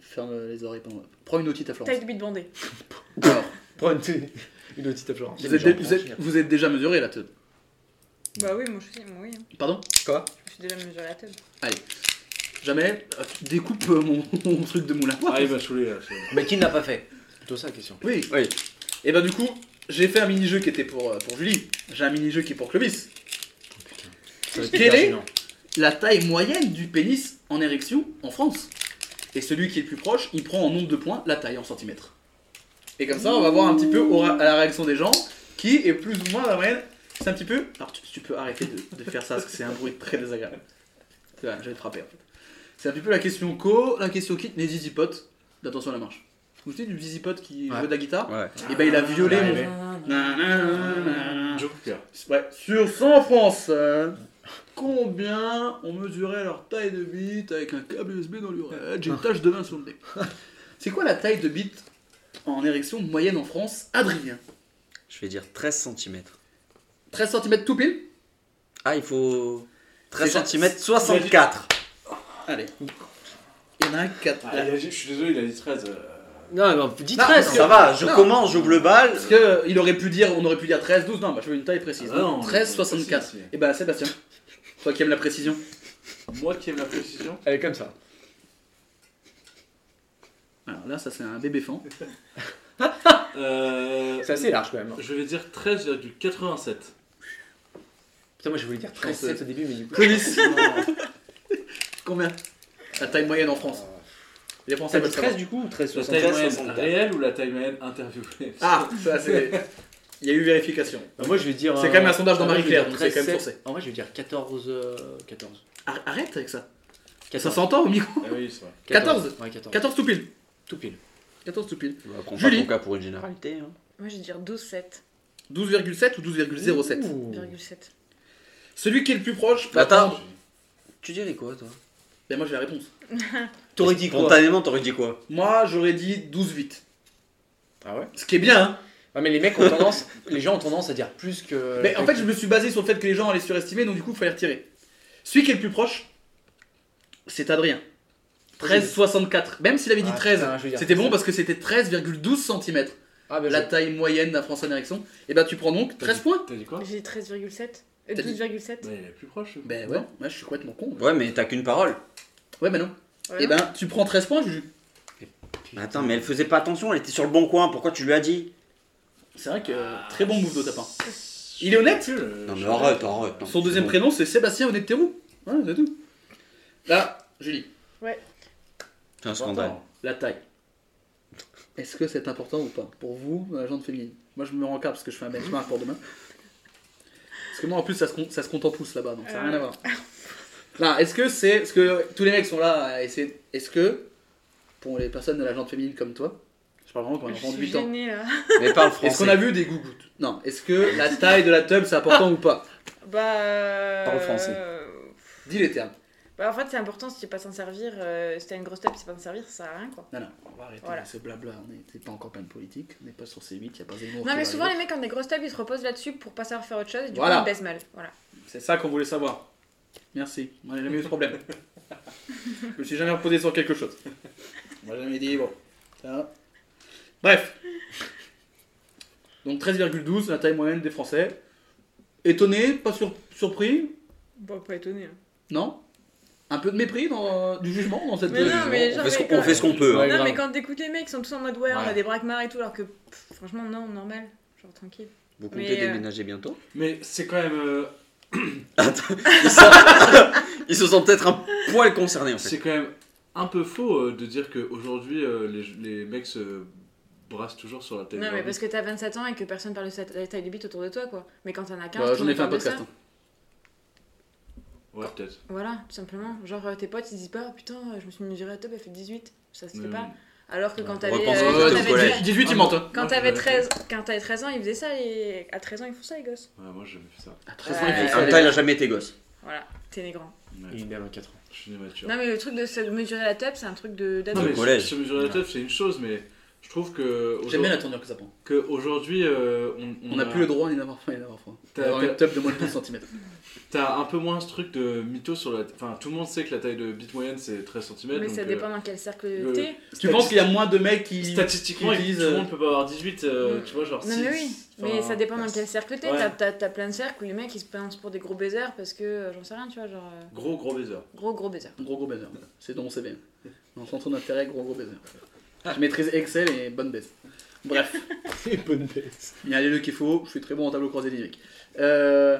Ferme euh, les oreilles pendant... Prends une otite à Taille Florence. de bite bandée. Alors, Prends une, une petite à Florence. vous, êtes, vous êtes- vous êtes déjà mesuré là, te- Bah oui, moi je suis. moi, oui, hein. pardon Je me suis déjà mesuré la tête. Jamais Euh, tu Découpe euh, mon, mon truc de moulin. à poivre. Ah, il m'a saoulé là. c'est bon. Mais qui ne l'a pas fait C'est plutôt ça la question. Oui. Oui. Et ben du coup, j'ai fait un mini-jeu qui était pour, euh, pour Julie. J'ai un mini-jeu qui est pour Clovis. Quelle est la taille moyenne du pénis en érection en France Et celui qui est le plus proche, il prend en nombre de points la taille en centimètres. Et comme ça, on va voir un petit peu au ra- à la réaction des gens qui est plus ou moins la moyenne. C'est un petit peu. Alors tu, tu peux arrêter de, de faire ça parce que c'est un bruit très désagréable. C'est vrai, je vais te frapper en fait. C'est un petit peu la question co, la question kit, les zizi potes d'attention à la marche. Vous savez du zizi pote qui Ouais. joue de la guitare ouais. et ben il a violé mon. Nanana. Joe Cooker. Ouais, sur 100 Français, combien on mesurait leur taille de bite avec un câble USB dans l'urètre J'ai une tache de vin sur le nez. C'est quoi la taille de bite en érection moyenne en France Adrien Je vais dire 13 cm. 13 cm tout pile Ah, il faut. 13 C'est- cm 64. Allez. Il y en a un qui a- Ah, il a dit- Je suis désolé, il a dit 13. euh, Non, non, dis Non, 13. parce hein. Ça va, je Non. commence, j'ouvre le bal. Parce que euh, il aurait pu dire, on aurait pu dire 13, 12, non, bah, je veux une taille précise. Ah non, 13, c'est 64. précis. Et bah Sébastien, toi qui aimes la précision. Moi qui aime la précision. Elle est comme ça. Alors là, ça c'est un bébé fan. Euh, C'est assez large quand même. hein. je vais dire 13,87. Putain, moi je voulais dire 13 7 au début, mais du coup. Clovis Combien La taille moyenne en France. Euh, Les Français Ça dit veulent 13 savoir. du coup ou La 13 taille moyenne 64. réelle ou la taille moyenne interviewée Ah, ça c'est. Il y a eu vérification. Moi je vais dire. C'est euh, quand même un sondage dans moi, je vais Marie-Claire, dire donc c'est quand même 13, forcé. En vrai, je vais dire 14. euh, 14. Ar- Arrête avec ça. Ça 14. s'entend au micro Ah oui, c'est vrai. 14. Ouais, 14. 14 tout pile. Tout pile. 14 tout pile. Prends Julie. cas pour une généralité. hein. Moi, je vais dire 12,7. 12,7 ou 12,07 Ouh. 7. Celui qui est le plus proche. Bah, attends. prendre- Tu dirais quoi, toi Ben, moi j'ai la réponse. T'aurais dit quoi Spontanément, t'aurais dit quoi Moi j'aurais dit 12,8. Ah ouais Ce qui est bien, hein. Ouais, mais les mecs ont tendance. les gens ont tendance à dire plus que. Mais en fait, je me suis basé sur le fait que les gens allaient surestimer, donc du coup, il fallait retirer. Celui qui est le plus proche, c'est Adrien. 13,64. Même s'il avait dit Ah, 13, putain, je veux dire c'était bon 13. parce que c'était 13,12 cm. Ah, bah, La je... taille moyenne d'un Français en érection. Et ben, tu prends donc 13 points. T'as dit Oh. quoi J'ai dit 13,7. Euh, T'as dit- 12,7. Bah, il est plus proche. Ben ouais, ouais, je suis complètement con. Ouais, Ouais, mais t'as qu'une parole. ouais ben non. Voilà. Et ben, tu prends 13 points, Juju. Attends, mais elle faisait pas attention, elle était sur le bon coin, pourquoi tu lui as dit C'est vrai que euh, Ah, très bon move de ta Ah, part. Il est honnête euh, Non, mais arrête, arrête. non. Son deuxième prénom, c'est Sébastien Honnête Théroux. Ouais, c'est tout. Là, Julie. C'est un scandale. La taille. Est-ce que c'est important ou pas pour vous, euh, gente féminine Moi, je me rends compte parce que je fais un benchmark pour demain. Parce que moi, en plus, ça se compte, ça se compte en pouces là-bas, donc ça n'a rien à voir. Là, est-ce que c'est. Parce que tous les mecs sont là à essayer. Est-ce que, pour les personnes de la gente féminine comme toi, je parle vraiment pour un Je enfant de suis 8 ans, gênée là. Mais parle est-ce qu'on français. a vu des gougouttes Non, est-ce que la taille de la tub c'est important ou pas Bah. euh, Parle français. Dis les termes. Bah, en fait, c'est important si tu sais pas s'en servir. euh, si t'as une grosse tête, si tu sais pas s'en servir, ça sert à rien quoi. Non, non, on va arrêter Voilà. ce blabla, on n'est c'est pas encore plein de politique, on n'est pas sur C8, il n'y a pas d'humour Non, qui mais va souvent, arriver. les mecs qui ont des grosses têtes, ils se reposent là-dessus pour pas savoir faire autre chose et du Voilà. coup, ils baissent mal. Voilà. C'est ça qu'on voulait savoir. Merci. On n'a jamais eu ce problème. je me suis jamais reposé sur quelque chose. On m'a jamais dit, bon. ça. Bref. Donc 13,12, la taille moyenne des Français. Étonné, pas sur- surpris, Bon, pas étonné. hein. non Un peu de mépris dans, euh, du jugement dans cette Mais non, jugement. mais On genre, fait ce mais qu'on- on quand- fait ce qu'on peut. hein. Ouais, non, grave. mais quand t'écoutes les mecs, ils sont tous en mode ouais, on Ouais. a des braquemars et tout, alors que pff, franchement, non, normal. Genre tranquille. Vous Mais, comptez euh, déménager bientôt Mais c'est quand même, euh, Ils sont- Ils se sentent peut-être un poil concernés en fait. c'est quand même un peu faux euh, de dire qu'aujourd'hui euh, les, les mecs se brassent toujours sur la tête. Non, mais parce que t'as 27 ans et que personne parle de sa- la taille des bites autour de toi, quoi. Mais quand t'en as 15, Bah, tout J'en le ai monde fait un parle de podcast. ça. hein. Ouais, peut-être. Voilà, tout simplement. Genre, euh, tes potes, ils se disent pas, oh, putain, euh, je me suis mesurée à top, elle fait 18. Ça se fait Mais- pas. Alors que quand t'avais. Repensons euh, au quand collège. t'avais Collège. dix- 18, ils mentent. hein. Quand Moi, t'avais j'avais 13, quand t'avais 13 ans, ils faisaient ça, et à 13 ans, ils font ça, les gosses. Ouais, moi j'ai jamais fait ça. À 13 ans, Ouais. ils Mais font En ça, même les temps, il mecs. n'a jamais été gosse. Voilà, t'es né grand. Ouais, Il est né à 24 ans. je suis né mature. Non, mais le truc de se mesurer la tête, c'est un truc de Non, d'ado. mais collège. se mesurer la tête, c'est une chose, mais je trouve que J'aime bien la aujourd'hui, tournure que ça prend. que aujourd'hui, euh, on, On n'a plus le droit ni d'avoir faim ni d'avoir froid. T'as- D'avoir t'as- une top de moins de 12 cm. T'as un peu moins ce truc de mytho sur la. Enfin, tout le monde sait que la taille de bit moyenne c'est 13 cm. Mais euh, ça dépend dans quel cercle t'es. Tu penses qu'il y a moins de mecs qui. Statistiquement, qui utilisent, tout le euh, monde peut pas avoir 18, euh, Mm. tu vois, genre. Non si- mais oui, mais enfin, ça dépend dans quel cercle t'es. Ouais. T'as- T'as t'as plein de cercles où les mecs ils se pensent pour des gros baisers parce que euh, j'en sais rien, tu vois, genre euh, Gros, gros baiser. gros gros baisers. Gros gros baiser. C'est dans mon CV. Dans le centre d'intérêt, gros gros baiser. Je maîtrise Excel et bonne baisse. Bref, C'est bonne baisse. il y a les deux qu'il faut. Je suis très bon en tableau croisé dynamique. Euh,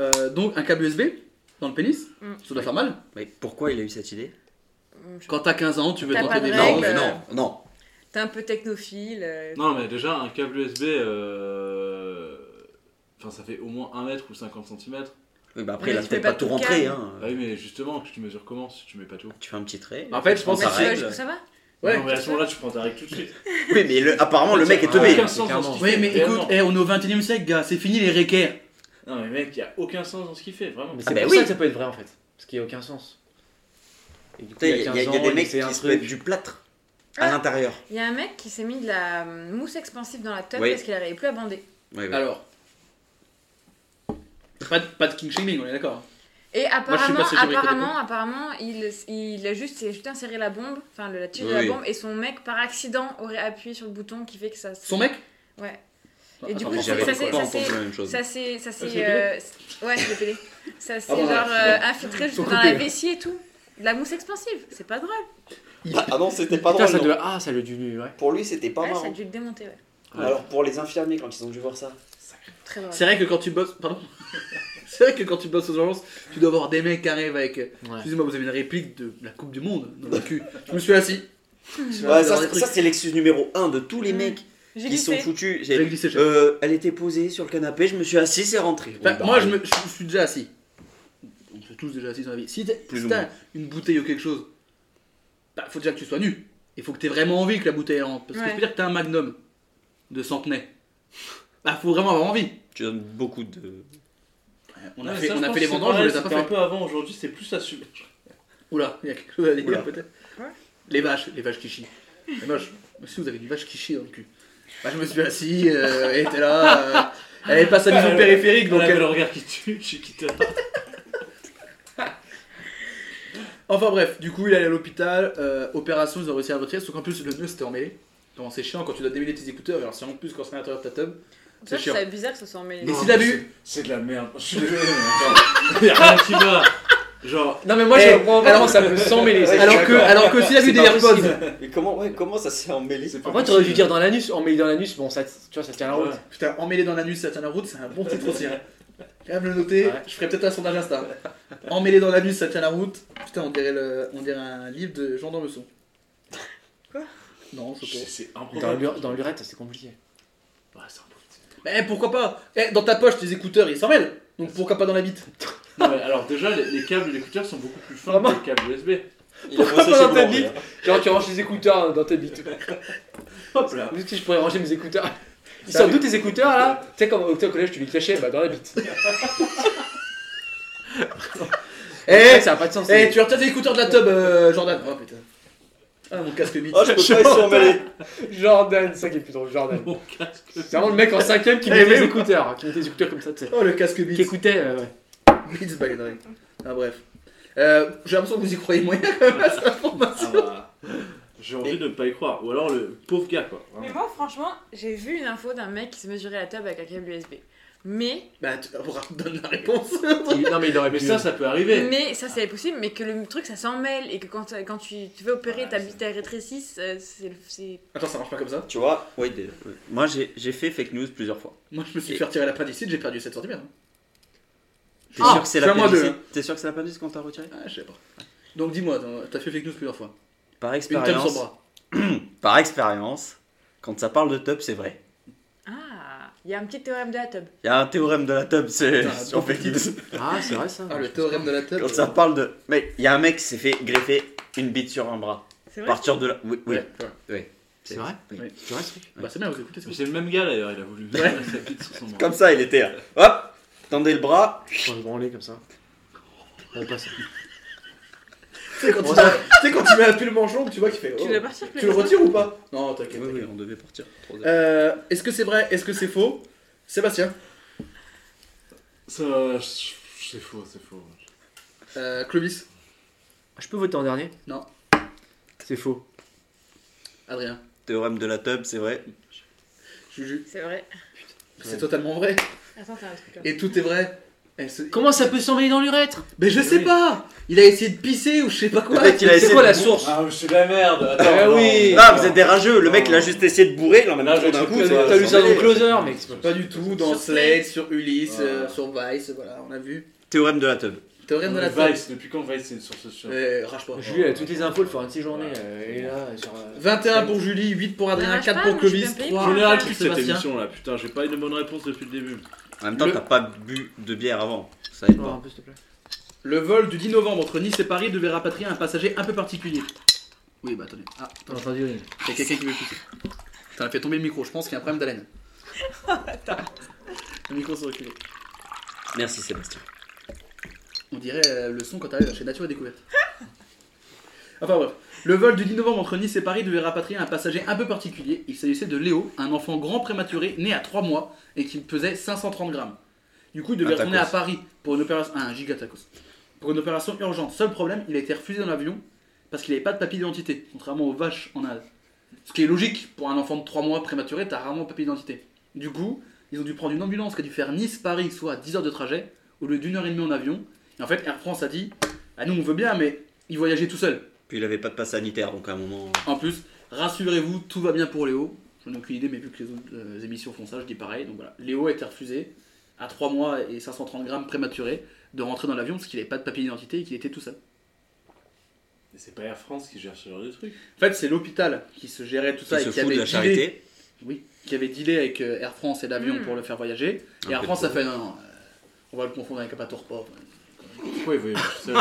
euh, donc, un câble USB dans le pénis, Mm. ça doit faire mal. Mais pourquoi il a eu cette idée Hum, je- Quand t'as 15 ans, tu veux T'as tenter pas de des règles. marques. Non, mais euh, non, non. T'es un peu technophile. euh, Non, mais déjà, un câble USB. euh, Enfin, ça fait au moins 1 mètre ou 50 cm. Oui, bah Mais après, il a tu fais peut-être pas pas tout tout rentré. calme. hein. Ah oui, mais justement, que tu mesures comment si tu mets pas tout Tu fais un petit trait. En fait, je pense mais Ça Bah, tu vois règle. jusqu'où ça va Ouais. Non, mais à ce moment-là, tu prends ta règle tout de suite. Oui, mais le- apparemment, le mec est Ça a teubé. aucun sens dans clairement. ce qu'il Ah, Oui, fait, mais réellement. écoute, eh, on est au 21 e siècle, gars. C'est fini les réquaires. Non, mais mec, il y a aucun sens dans ce qu'il fait, vraiment. Mais Ah, c'est bah pour oui. ça que ça peut être vrai en fait. Parce qu'il n'y a aucun sens. Et du coup, Tu sais, Il y a, il y a des il mecs fait un qui se truc. mettent du plâtre Ah. à l'intérieur. Il y a un mec qui s'est mis de la hum, mousse expansive dans la tête Oui. parce qu'il arrivait plus à Ah, bander. Ouais, ouais. Alors. Pas de, pas de king shaming, on est d'accord. Et Moi, je suis apparemment, pas sécurité, apparemment, apparemment, il, il a juste, il a juste inséré la bombe, enfin le- la tuile de Oui. la bombe, et son mec par accident aurait appuyé sur le bouton qui fait que ça. se- Son mec Ouais. Ah, Et du attends, coup, mais ça J'avais j'avais- c'est- pas ça, entendu c'est- la même chose. Ça c'est, ça Ah, c'est, c'est les euh, ouais, c'est les pélés. Ça c'est Ah, bon, genre ouais. euh, infiltré jusque Sont dans la coupés. vessie et tout. De la mousse expansive, c'est pas drôle. Ah, ah non, c'était pas Putain, drôle. ça non. doit- Ah, ça le dû, ouais. Pour lui, c'était pas Ouais, ça a marrant. dû le démonter, ouais. Alors pour les infirmiers, quand ils ont dû voir ça. Très drôle. C'est vrai que quand tu bosses. Pardon C'est vrai que quand tu bosses aux urgences, tu dois avoir des mecs qui arrivent avec. Excusez-moi, vous avez une réplique de la Coupe du Monde dans le cul. Je me suis assis. Ouais, ça, ça, c'est l'excuse numéro 1 de tous les Mm. mecs J'ai qui sont glissé. foutus. J'ai J'ai- glissé. j'ai- Euh, elle était posée sur le canapé, je me suis assis, c'est rentré. Bah, Oui, bah, moi, je, me, je, je suis déjà assis. On s'est tous déjà assis dans la vie. Si t'as Plus si ou t'as moins. une bouteille ou quelque chose, bah, faut déjà que tu sois nu. Il faut que t'aies vraiment envie que la bouteille elle rentre. Parce que Ouais. je peux dire que t'as un magnum de centenaire. Bah, faut vraiment avoir envie. Tu donnes beaucoup de. On a fait, on a fait les vendanges, on les a pas un fait. peu avant, aujourd'hui c'est plus la submerge. Oula, il y a quelque chose à Oula. dire peut-être. Les vaches, les vaches qui chient. Les vaches. Mais Si vous avez une vache qui chie dans le cul. Bah, je me suis assis, euh, elle était là. euh, elle avait pas sa mise au périphérique, donc euh. Donc, elle- le regard qui tue, je quitte. Enfin bref, du coup il est allé à l'hôpital, euh, opération, ils ont réussi à le retirer, sauf qu'en plus le nœud c'était emmêlé. Comment c'est chiant quand tu dois démêler tes écouteurs, alors c'est en plus quand c'est à l'intérieur de ta tub. Ça, c'est je chiant. trouvais bizarre que ça soit emmêlé. Mais si t'as vu C'est de la merde. Je suis désolé, mais Y'a rien qui va. Genre, Non, mais moi, Eh, je comprends vraiment, ça peut s'emmêler. ça. alors que, alors que s'il a C'est vu des pas AirPods, possible. Mais comment, ouais, comment ça s'est emmêlé En vrai, t'aurais dû dire dans l'anus, emmêlé dans l'anus, bon, ça, tu vois, ça tient la route. putain, emmêlé dans l'anus, ça tient la route, c'est un bon titre aussi. Hein. Quand même le noter, Ouais. je ferai peut-être un sondage Insta. Emmêlé dans l'anus, ça tient la route. Putain, on dirait, le, on dirait un livre de Jean d'Ormesson. Quoi Non, je sais pas. c'est Dans improbable. l'ure- Dans l'urette, c'est compliqué. Mais pourquoi pas Eh, Dans ta poche, tes écouteurs, ils s'en mêlent. Donc pourquoi pas dans la bite Non, mais alors déjà, les, les câbles d'écouteurs sont beaucoup plus fins que Vraiment les câbles USB. Il a Pourquoi bossé pas chez dans ta Boulanger, bite hein. Genre, tu ranges tes écouteurs dans ta bite. Hop là. Juste que je pourrais ranger mes écouteurs. Ils Ça, sortent mais- d'où tes écouteurs là Tu sais, comme au au collège, tu les cachais, bah dans la bite. Eh, ça n'a pas de sens. Eh, c'est- tu retiens tes écouteurs de la tub, euh, Jordan. Oh putain. Ah, mon casque bite. Oh, je peux pas, ils sont emmêlés. Jordan, c'est ça qui est plus drôle, Jordan. Mon casque. C'est vraiment le mec en 5ème qui Eh, mettait mais les oui. écouteurs, hein, qui mettait les écouteurs comme ça, tu sais. Oh, le casque bite. Qui écoutait. euh, ouais. Bits by the way. Ah, bref. Euh, J'ai l'impression que vous y croyez moyen quand même à cette information. Ah bah, J'ai envie de ne pas y croire. Ou alors le pauvre gars, quoi. Mais moi, franchement, j'ai vu une info d'un mec qui se mesurait la table avec un câble USB. Mais, Bah, tu on donne la réponse. Il- Non mais il aurait Mais pu. ça, ça peut euh, arriver. mais ça, c'est possible, mais que le truc, ça s'en mêle et que quand, quand tu te fais opérer, Ouais, ta ça- bite elle rétrécisse, euh, c'est. c'est- Attends, ça marche pas comme ça. Tu vois, ouais, des- ouais. moi j'ai j'ai fait fake news plusieurs fois. Moi, je me suis Et- fait retirer l'appendicite, j'ai perdu 7 cm. T'es Ah, sûr que c'est la fais-moi l'appendicite deux. T'es sûr que c'est l'appendicite qu'on t'a retiré Ah, je sais pas. Donc, dis-moi, t'as- t'as fait fake news plusieurs fois. Par Une table sans expérience, bras. par expérience, quand ça parle de tub, c'est vrai. Ah, il y a un petit théorème de la tub. Il y a un théorème de la tub, c'est Putain, sur fake news. Ah c'est vrai ça. Ah, le théorème de la tub. Quand ça parle de. Mec, il y a un mec qui s'est fait greffer une bite sur un bras. C'est À vrai partir de là. Oui, oui. Ouais, ouais. C'est vrai Oui. Tu vois ce truc Bah, c'est bien, vous écoutez. c'est Mais bon. c'est le même gars d'ailleurs, il a voulu mettre sa bite sur son bras. Comme ça, il était. euh, Hop Tendez le bras. Pour se branler comme ça. Ouais, pas ça. Tu sais, quand tu t'as- tu sais, quand tu mets un pull manchon, tu vois qu'il fait. oh. Tu dois partir, Tu le retires ou pas Non, t'inquiète. Oui, t'inquiète. oui, on devait partir. Trop tard. Euh, Est-ce que c'est vrai Est-ce que c'est faux Sébastien, Ça, je- c'est faux, c'est faux. euh, Clovis, Je peux voter en dernier Non. C'est faux. Adrien, Théorème de la tub, c'est vrai. Juju. C'est vrai. C'est totalement vrai. Attends, t'as un truc là. Et tout est vrai. Et ce- Comment ça peut s'emmêler dans l'urètre Mais je sais pas Il a essayé de pisser ou je sais pas quoi. Peut-être qu'il a C'est essayé quoi de- la source Ah, mais c'est de la merde. Attends, Ah non, oui. non. Ah, vous êtes des rageux. Le mec, il a juste essayé de bourrer. Il en Là, a trop d'un j'ai coup. cru que ça va T'as lu ça dans s'emballer. Closer mec. Pas du tout, dans Sur Slade, Slate. sur Ulysse, Voilà. euh, sur Vice, voilà, on a vu. Théorème de la tub. Théorème de la tête. Vice, depuis quand Vice c'est une source sûre Euh, rage pas. Julie elle a toutes les infos, il faut un petit journée. euh, Et là, sur. euh, 21 pour Julie, 8 pour Adrien, Rage 4 pas, pour moi, je suis Clovis, bien payé 3. pour Général, ça. plus cette Sébastien. émission là, putain, j'ai pas eu de bonne réponse depuis le début. En même temps, Le- t'as pas bu de bière avant. Ça aide oh, un pas. peu, s'il te plaît. Le vol du 10 novembre entre Nice et Paris devait rapatrier un passager un peu particulier. Oui, bah attendez. Ah, T'as attends, entendu oui. il y a quelqu'un qui veut pisser. T'as fait tomber le micro, je pense qu'il y a un problème d'haleine. Le micro s'est reculé. Merci, Sébastien. On dirait euh, le son quand t'arrives chez Nature et Découverte. Enfin bref. Le vol du 10 novembre entre Nice et Paris devait rapatrier un passager un peu particulier. Il s'agissait de Léo, un enfant grand prématuré né à 3 mois et qui pesait 530 grammes. Du coup, il devait Un retourner à tacos. Paris pour une opération. ah, un giga tacos. pour une opération urgente. Seul problème, il a été refusé dans l'avion parce qu'il n'avait pas de papier d'identité, contrairement aux vaches en Inde. Ce qui est logique, pour un enfant de 3 mois prématuré, t'as rarement un papier d'identité. Du coup, ils ont dû prendre une ambulance qui a dû faire Nice-Paris, soit 10 heures de trajet, au lieu d'une heure et demie en avion. Et en fait, Air France a dit Ah, nous on veut bien, mais il voyageait tout seul. Puis il avait pas de passe sanitaire, donc à un moment. En plus, rassurez-vous, tout va bien pour Léo. J'en ai aucune idée, mais vu que les autres euh, émissions font ça, je dis pareil. Donc voilà, Léo a été refusé à 3 mois et 530 grammes prématuré de rentrer dans l'avion parce qu'il n'avait pas de papier d'identité et qu'il était tout seul. Mais c'est pas Air France qui gère ce genre de truc. En fait, c'est l'hôpital qui se gérait tout ça Qui et se qui fout de avait, la dealé, charité. oui, qui avait dealé avec euh, Air France et l'avion Mm. pour le faire voyager. Et Air peu France de a fait non, non, euh, on va le confondre avec un bateau report. Pourquoi il voyage tout seul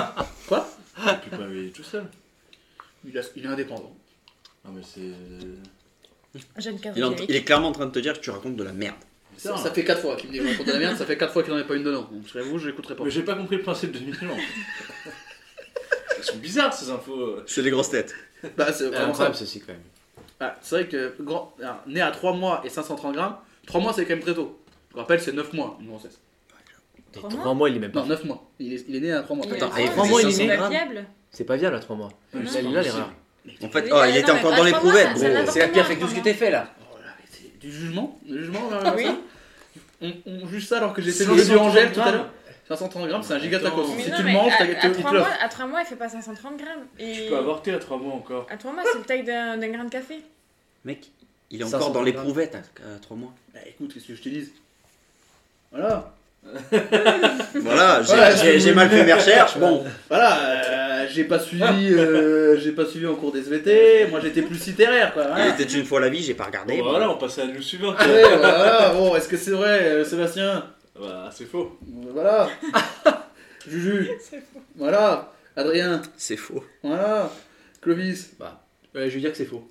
Quoi Il peut pas voyager tout seul. Il, a- il est indépendant. Non mais c'est. Jeune Il, est en- quinquagénaire. il est clairement en train de te dire que tu racontes de la merde. Ça, hein. ça fait 4 fois qu'il me dit je raconte de la merde, ça fait 4 fois qu'il n'en est pas une dedans. Donc je l'avoue, je l'écouterai pas. Mais j'ai pas compris le principe de l'émission. Elles sont bizarres ces infos. C'est des grosses têtes. Bah, c'est C'est vraiment ça. incroyable ceci quand même. Ah, c'est vrai que grand, alors, né à 3 mois et 530 grammes, 3 mois c'est quand même très tôt. Je vous rappelle, c'est 9 mois une grossesse. Et Trois 3 mois, il est même pas. Non, 9 mois. Il est, il est né à 3 mois. Il est Attends, à et trois, vraiment, mais il est c'est né pas grave. fiable. C'est pas viable à 3 mois. Non. C'est là l'erreur. En fait, Oui, oh, bah, il était non, mais à encore dans trois mois, l'éprouvette, ça- ça gros. va. C'est la pire fake news que t'aies fait là. Oh là, mais c'est du jugement Du jugement vers- Oui. on, on juge ça alors que j'étais C'est le du 530 Angèle tout à grammes. l'heure. 530 grammes, c'est un giga tacos. Attends. Mais Si non, tu le mais manges, à- t'as à, gâté au trois Hitler. mois- à 3 mois, il fait pas 530 grammes. Et Tu peux avorter à 3 mois encore. À 3 mois, c'est le taille d'un d'un grain de café. Mec, il est 500 encore dans grammes. l'éprouvette à 3 mois. Bah écoute, qu'est-ce que je te dise Voilà. Voilà, j'ai Voilà, j'ai- j'ai mal fait mes recherches. Bon, Voilà, euh, j'ai pas suivi euh, j'ai pas suivi en cours des SVT, moi j'étais plus littéraire quoi. voilà. il était une fois la vie, j'ai pas regardé. Bon, bah, bon. voilà, on passe à la news suivante. Ah Ouais, voilà, bon, est-ce que c'est vrai, euh, Sébastien Bah, c'est faux. Voilà. Juju. Voilà. Adrien. C'est faux. Voilà. Clovis. Ouais, je veux dire que c'est faux.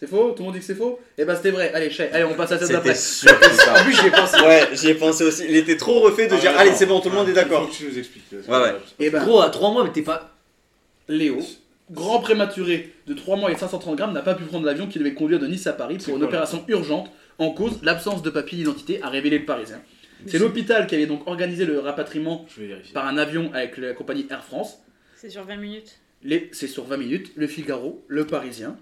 C'est faux Tout le monde dit que c'est faux Eh ben c'était vrai. Allez, chais. Allez, on passe à la scène C'était d'après. sûr que ça. En plus, j'y ai pensé. Ouais, j'y ai pensé aussi. Il était trop refait de Ah, dire ouais, Allez, non. c'est bon, tout le monde est Il d'accord. faut que tu nous expliques. là, c'est Ouais, ouais. pas grave. Eh ben, Gros, à 3 mois, mais t'es pas. Léo, grand prématuré de 3 mois et 530 grammes, n'a pas pu prendre l'avion qui devait conduire de Nice à Paris C'est pour une quoi, là opération urgente en cause l'absence de papier d'identité, a révélé le Parisien. C'est l'hôpital qui avait donc organisé le rapatriement Je vais vérifier. par un avion avec la compagnie Air France. C'est sur 20 minutes. Les- C'est sur 20 minutes, le Figaro, le Parisien.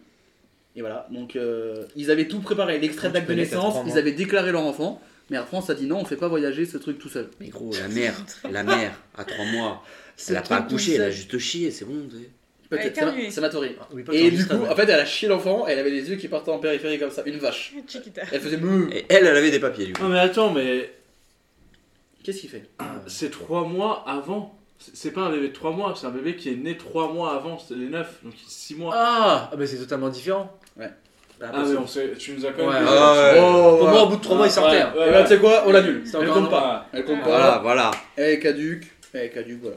Et voilà, donc euh, ils avaient tout préparé, l'extrait Comment d'acte de Ah, tu peux naître à naissance, trois ils mois avaient déclaré leur enfant, mais Air France a dit non, on fait pas voyager ce truc tout seul. Mais gros, la mère, la mère, à 3 mois, Ce elle a pas truc tout accouché, elle a seul. juste chié, c'est bon. tu sais. Elle a Peut-être, c'est éternué. ma- c'est ma théorie. Ah Oui, pas Et tant du juste coup, avant. en fait, elle a chié l'enfant, elle avait les yeux qui partaient en périphérie comme ça, une vache. Chiquita. Elle faisait meuh. Et elle, elle avait des papiers, du coup. Non, mais attends, mais Qu'est-ce qu'il fait c'est 3 mois avant. C'est c'est pas un bébé de 3 mois, c'est un bébé qui est né 3 mois avant, c'est les 9, donc 6 mois. Ah, ah bah c'est totalement différent. Bah, Ah, mais on sait, tu nous as quand Ouais. même. Ah, ouais. Oh, Pour ouais. moi, au bout de 3 mois, il sortait. Ouais, hein. ouais, Eh ouais. ben, tu sais quoi, on l'annule. Oh, C'est Elle encore compte un pas. Elle compte Ah, Voilà, pas. voilà. Elle est caduque. Elle est caduque, voilà.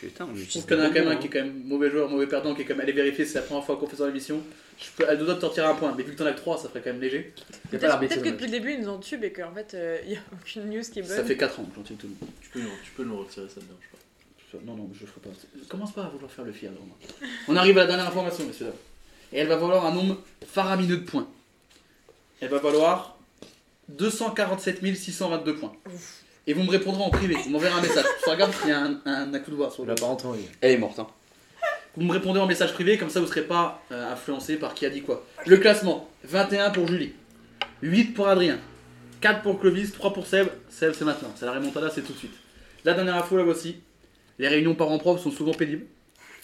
Putain, on Je trouve utilise qu'il y en a des quand même mots, un qui est quand même mauvais joueur, mauvais perdant, qui est quand même allé vérifier, c'est la première fois qu'on fait ça dans l'émission. Je peux, elle doit te sortir un point, mais vu que t'en as que 3, ça ferait quand même léger. C'est Peut-être pas l'arbitre. peut-être que c'est depuis dommage. le début, ils nous ont tubé et qu'en fait, euh, il n'y a aucune news qui est bonne. Ça fait 4 ans que j'en tue tout le monde. Ah, Tu peux, nous, tu peux nous retirer ça dedans, je crois. Non, non, je ferai pas. Commence pas à vouloir faire le fier devant moi. On arrive à la dernière information, messieurs dames. Et elle va valoir un nombre faramineux de points. Elle va valoir 247 622 points. Et vous me répondrez en privé, vous m'enverrez un message. Je regarde s'il y a un, un accoudoir sur On le l'a pas entendu. Elle est morte, hein. Vous me répondez en message privé, comme ça vous serez pas euh, influencé par qui a dit quoi. Le classement 21 pour Julie, 8 pour Adrien, 4 pour Clovis, 3 pour Seb. Seb, c'est maintenant, c'est la remontada, c'est tout de suite. La dernière info, la voici. Les réunions parents-prof sont souvent pénibles.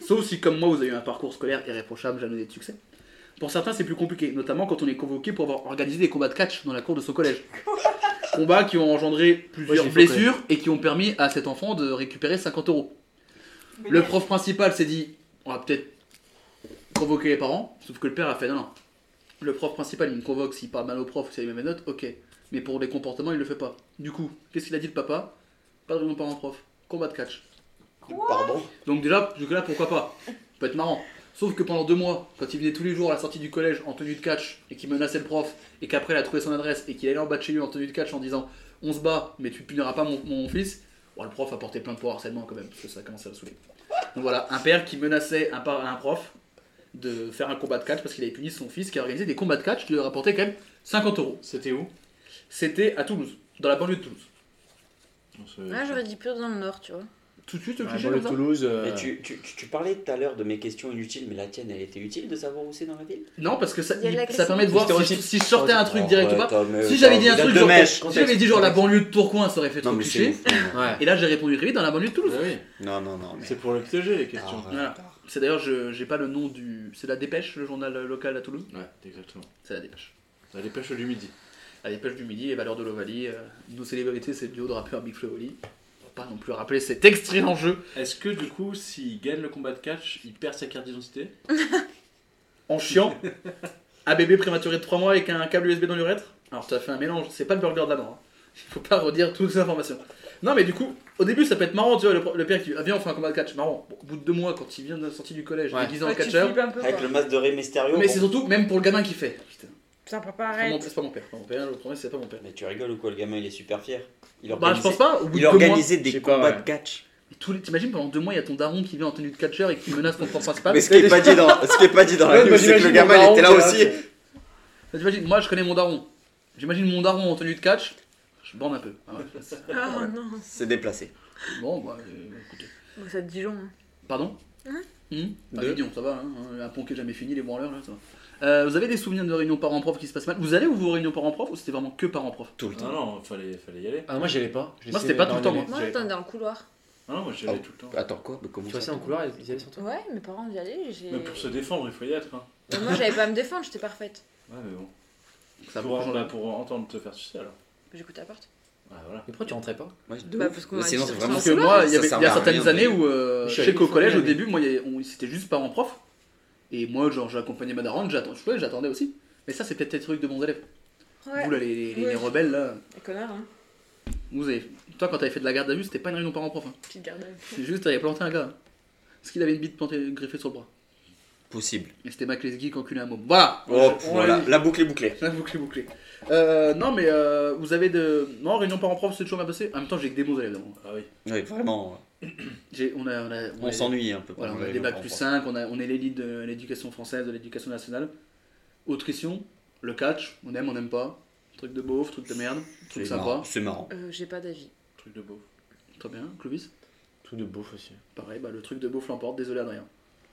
Sauf si, comme moi, vous avez eu un parcours scolaire irréprochable, jalonné de succès. Pour certains, c'est plus compliqué, notamment quand on est convoqué pour avoir organisé des combats de catch dans la cour de son collège. combats qui ont engendré plusieurs j'ai fait blessures et qui ont permis à cet enfant de récupérer 50 euros. Le prof principal s'est dit on va peut-être convoquer les parents, sauf que le père a fait non, non. Le prof principal, il me convoque s'il parle mal au prof, s'il a les mêmes notes, ok. Mais pour les comportements, il le fait pas. Du coup, qu'est-ce qu'il a dit le papa Pas de réunion parents-prof, combat de catch. Pardon Donc déjà, jusque là, pourquoi pas Ça peut être marrant. Sauf que pendant deux mois, quand il venait tous les jours à la sortie du collège en tenue de catch et qu'il menaçait le prof et qu'après il a trouvé son adresse et qu'il allait en bas de chez lui en tenue de catch en disant on se bat mais tu puniras pas mon, mon fils, bon, le prof a porté plainte pour harcèlement quand même parce que ça commençait à le saouler. Donc voilà, un père qui menaçait un, par- un prof de faire un combat de catch parce qu'il avait puni son fils qui a organisé des combats de catch qui lui rapportaient quand même 50 euros. C'était où C'était à Toulouse, dans la banlieue de Toulouse. Non, c'est- Ah, Ouais, j'aurais dit plus dans le nord, tu vois. tout de suite le Ouais, cliché dans comme le ça Toulouse, Et tu, tu- tu- tu parlais tout à l'heure de mes questions inutiles, mais la tienne, elle était utile de savoir où c'est dans la ville Non, parce que ça, Il y a de la ça permet de voir si, classification. si je sortais un truc Oh, direct ouais, Euh, ou pas. t'as- mais Si j'avais t'as- dit un date truc, de genre, mèche, si j'avais dit genre la banlieue de Tourcoing, ça aurait fait Non, trop mais c'est cliché. ouf, non, non. Et là, j'ai répondu très vite dans la banlieue de Bah Toulouse. Non, non, non. C'est pour le PTG les questions. Ah, ouais. C'est d'ailleurs, je j'ai pas le nom du. C'est la Dépêche, le journal local à Toulouse Ouais, exactement. C'est la Dépêche. La Dépêche du Midi. La Dépêche du Midi, les valeurs de l'Ovalie. euh, nos célébrités, c'est le duo de rappeurs Big Flo et Oli. On va pas non plus rappeler cet extrait en jeu. Est-ce que du coup, s'il gagne le combat de catch, il perd sa carte d'identité En chiant, un bébé prématuré de 3 mois avec un câble USB dans l'urètre. Alors, ça fait un mélange, c'est pas le burger de la mort. hein. Faut pas redire toutes ces informations. Non, mais du coup, au début, ça peut être marrant, tu vois, le, le père qui dit Ah, viens, on fait un combat de catch. Marrant. Bon, au bout de deux mois, quand il vient de sortir du collège, déguisé en Ouais, tu catcheur. flippes un peu, Avec quoi. le masque de Rey Mysterio, Mais bon. c'est surtout, même pour le gamin qui fait. Putain. Ça pas C'est pareil. mon- c'est pas mon père, c'est pas mon père, je vous promets, c'est pas mon père. Mais tu rigoles ou quoi Le gamin, il est super fier. Il Bah, je pense pas, au bout il de deux organisait mois, je des sais combats pas, ouais. de catch. Tous les- T'imagines pendant deux mois, il y a ton daron qui vient en tenue de catcheur et qui menace ton force principale. Mais ce qui est pas dit dans, ce qui est pas dit dans la news, c'est que le gamin, il était là aussi. Bah, T'imagines, moi je connais mon daron. J'imagine mon daron en tenue de catch, je bande un peu. Ah ouais, c'est- Ah non. C'est déplacé. Bon, bah euh, écoutez. Bon, ça te Dijon. hein. Pardon Hein Hum Bah, Deux. Didion, ça va, hein, un pont qui est jamais fini, les branleurs là, ça va. Euh, vous avez des souvenirs de réunions parents-prof qui se passent mal Vous allez ou vous aux réunions parents-prof ou c'était vraiment que parents-prof Tout le Non, non, fallait, fallait y aller. Ah, moi, j'y allais pas. Je Moi laissais c'était pas mes tout le temps. parents y Moi. Moi, j'attendais dans le couloir. Ah non, moi j'y allais tout le temps. Attends, quoi Mais Comment Tu restais dans le couloir et ils y allaient sans toi Ouais, mes parents y allaient. j'ai- Mais pour se défendre, il faut y être. Hein. Mais Moi, j'avais pas à me défendre, j'étais parfaite. Ouais, mais bon. Ça pour, en- bah, pour entendre te faire sucer alors. J'écoutais à porte. Ouais, voilà. Mais pourquoi tu rentrais pas Bah, parce qu'on Mais m'a sinon, dit c'est ça vraiment Parce que moi, il y, avait- il y a certaines années où, euh, Je je suis sais allé qu'au une collège, fois, au mais- début, moi, il y avait- on- c'était juste parents prof. Et moi, genre, j'accompagnais ma daronne, j'attendais, je jouais, j'attendais aussi. Mais ça, c'est peut-être des trucs de bons élèves. Ouais. Vous, là, les, les- les Ouais. rebelles, là. Les connards, hein. Vous avez... Toi, quand t'avais fait de la garde à vue, c'était pas une réunion parents prof. hein. Petite garde. à vue. C'est juste, t'avais planté un gars. hein. Parce qu'il avait une bite plantée, griffée sur le bras. Possible. Et c'était Maclesguy qui enculait un môme. Voilà Oh, On- on voilà, l'a dit. la boucle est bouclée. La boucle est bouclée. Euh, non, mais euh, vous avez de. Non, réunion parents prof, c'est toujours bien passé. En même temps, j'ai que des bons élèves. donc. Ah oui. Oui, vraiment. J'ai- On, a, on, a- on On a- s'ennuie un peu. Voilà, pendant on a les des bacs vacances. plus 5, on, a, on est l'élite de l'éducation française, de l'éducation nationale. Autrition, le catch, on aime, on n'aime pas. Truc de beauf, truc de merde, truc C'est sympa. marrant, C'est marrant. Euh, j'ai pas d'avis. Truc de beau. Très bien, Clovis Tout de beauf aussi. Pareil, bah, le truc de beauf l'emporte, désolé Adrien.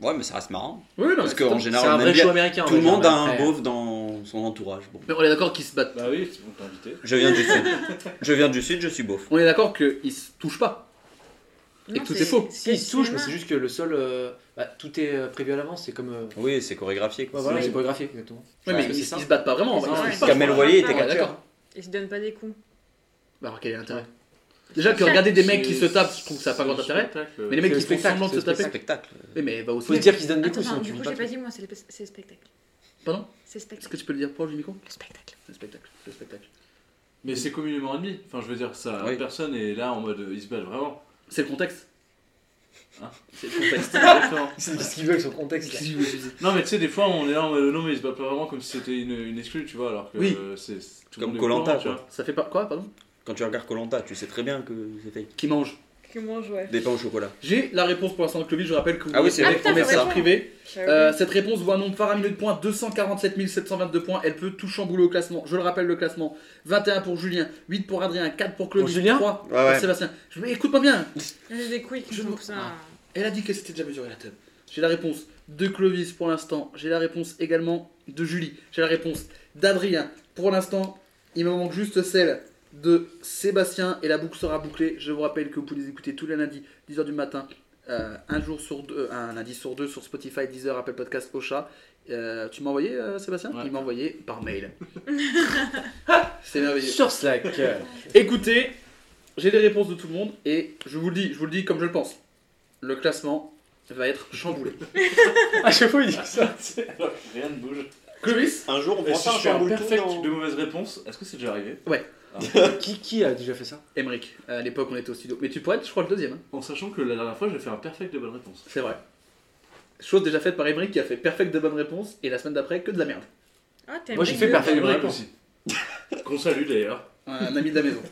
Ouais, mais ça reste marrant. Oui, non, Parce mais qu'en c'est- général, c'est un on aime vrai bien- show américain, Tout le on va monde dire, a un après. beauf dans son entourage. Bon. Mais on est d'accord qu'ils se battent. Bah oui, c'est bon, t'es invité. Je viens du sud. je viens du sud, je suis beauf. On est d'accord qu'ils se touchent pas. Non, et que tout est faux. Si, ils se touchent, mais humain. c'est juste que le sol, euh, bah, tout est euh, prévu à l'avance. C'est comme. euh, Oui, c'est chorégraphié. bah, Quoi. voilà, C'est- c'est chorégraphié, exactement. Ouais, Ouais, mais c'est ils, ils ça. se battent pas vraiment. Ils bah, sont- ils se ils touchent Kamel pas. Wally était Ouais, catcheur. d'accord. Ils euh, se donnent pas des coups. Bah, alors quel est l'intérêt Déjà que regarder des mecs qui se tapent, je trouve que ça n'a pas grand intérêt. euh, Mais les mecs C'est qui le font spectacle, semblant de c'est se le taper. spectacle. Oui, mais va au Faut se dire qu'ils se donnent des Attends, coups, non, sinon tu du vis coup, pas. j'ai pas dit, moi, c'est le, c'est le spectacle. Pardon C'est le Est-ce spectacle. que tu peux le dire proche du micro Le spectacle. Le spectacle, le spectacle. Mais c'est communément ennemi. Enfin, je veux dire, ça, Oui. personne est là en mode euh, ils se battent vraiment. C'est le contexte. Hein c'est le contexte. Exactement. C'est ce qu'il veut avec son contexte. là. Si je vous dis- non, mais tu sais, des fois, on est là en mode euh, non, mais ils se battent pas vraiment comme si c'était une, une exclue, tu vois, alors que Oui. euh, c'est. c'est- tout le Comme monde est au courant, Koh-Lanta, tu vois. Ça fait pas quoi, pardon Quand tu regardes Colanta, tu sais très bien que c'est fake. Qui mange Que moi, je ouais. Des pains au chocolat. J'ai la réponse pour l'instant de Clovis, je rappelle que vous Ah oui, c'est pouvez vrai, répondre faut au faire message ça. privé. Ah J'avoue. Euh, cette réponse voit un nombre faramineux de points, 247 722 points. Elle peut tout chambouler au classement. Je le rappelle, le classement 21 pour Julien, 8 pour Adrien, 4 pour Clovis, Pour Julien 3 Ouais, ouais. pour Sébastien. Je... Mais écoute-moi bien, Ah, J'ai des couilles. Je donc vous- ça- Ah. Elle a dit que c'était déjà mesuré la teub. J'ai la réponse de Clovis pour l'instant. J'ai la réponse également de Julie. J'ai la réponse d'Adrien pour l'instant. Il me manque juste celle de Sébastien et la boucle sera bouclée. Je vous rappelle que vous pouvez les écouter tous les lundis, 10h du matin, euh, un jour sur deux, euh, un lundi sur deux sur Spotify, 10h, Apple Podcast, Ocha. Euh, tu m'as envoyé euh, Sébastien Ouais. Il m'a envoyé par mail. C'est merveilleux. Sur Slack. euh, Écoutez, j'ai les réponses de tout le monde et je vous le dis, je vous le dis comme je le pense. Le classement va être chamboulé. À chaque fois, il dit ça. Alors, Rien ne bouge. Clovis Un jour, on Et si je fais un perfect dans- de mauvaise réponse, est-ce que c'est déjà arrivé qui, qui a déjà fait ça Emmerich, à l'époque on était au studio. Mais tu pourrais être, je crois, le deuxième. hein. En sachant que la dernière fois, j'ai fait un perfect de bonne réponse. C'est vrai. Chose déjà faite par Emmerich qui a fait perfect de bonnes réponses et la semaine d'après que de la merde. Ah, t'es Moi, j'ai un fait mec parfait. Et de bonnes Brett réponses. aussi. Qu'on salue d'ailleurs. Un ami de la maison.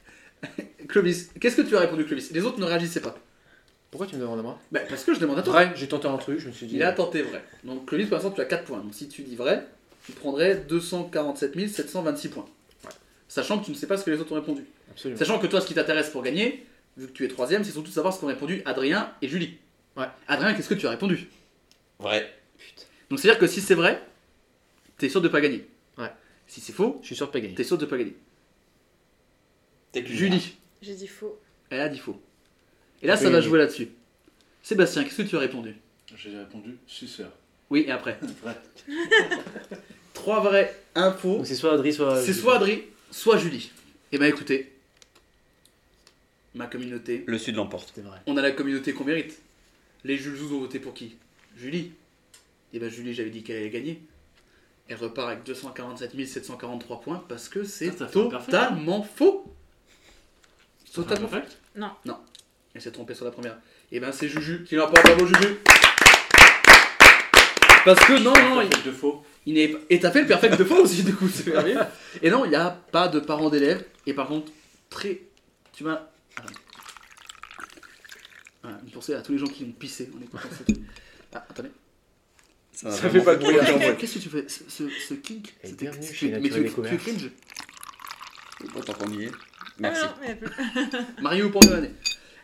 Clovis, qu'est-ce que tu as répondu, Clovis Les autres ne réagissaient pas. Pourquoi tu me demandes à moi Bah, parce que je demande à toi. Vrai, j'ai tenté un truc, je me suis dit. Il a tenté vrai. Donc Clovis, pour l'instant, tu as 4 points. Donc si tu dis vrai, tu prendrais 247 726 points. Sachant que tu ne sais pas ce que les autres ont répondu. Absolument. Sachant que toi, ce qui t'intéresse pour gagner, vu que tu es troisième, c'est surtout de savoir ce qu'ont répondu Adrien et Julie. Ouais. Adrien, qu'est-ce que tu as répondu Vrai. Donc c'est-à-dire que si c'est vrai, t'es sûr de pas gagner. Ouais. Si c'est faux, Je suis sûr de pas gagner. t'es sûr de pas gagner. T'es plus Julie, J'ai dit faux. Ah, elle a dit faux. Et là, ça va jouer là-dessus. Sébastien, qu'est-ce que tu as répondu J'ai répondu suceur. Oui, et après. Vrai. Trois vrais, un faux. Donc c'est soit Audrey, soit. C'est soit Adrien, soit Julie. Et ben écoutez, ma communauté, Le sud l'emporte. C'est vrai. on a la communauté qu'on mérite. Les Julesous ont voté pour qui Julie. Et ben Julie, j'avais dit qu'elle allait gagner. Elle repart avec 247 743 points parce que c'est Ça, ça fait un parfait, hein. totalement faux. Totalement faux. Perfect. Elle s'est trompée sur la première. Et ben c'est Juju qui l'emporte. Bravo Juju Parce que non, non, il- Perfect de faux. il n'est pas- Et t'as fait le perfect de fois aussi, du coup, c'est merveilleux. Et non, il n'y a pas de parents d'élèves. Et par contre, très. Tu m'as. Attends. Voilà, une pensée à tous les gens qui ont pissé en écoutant cette. Ah, attendez. Ça, fait pas de bruit. Qu'est-ce que tu fais Ce, ce, ce kink Et c'était- bienvenue tu- chez Mais Nature tu, et tu es Découverte. cringe Bon, tant qu'on y est. Ah, Merci. non, mais elle peut- Mario pour l'année.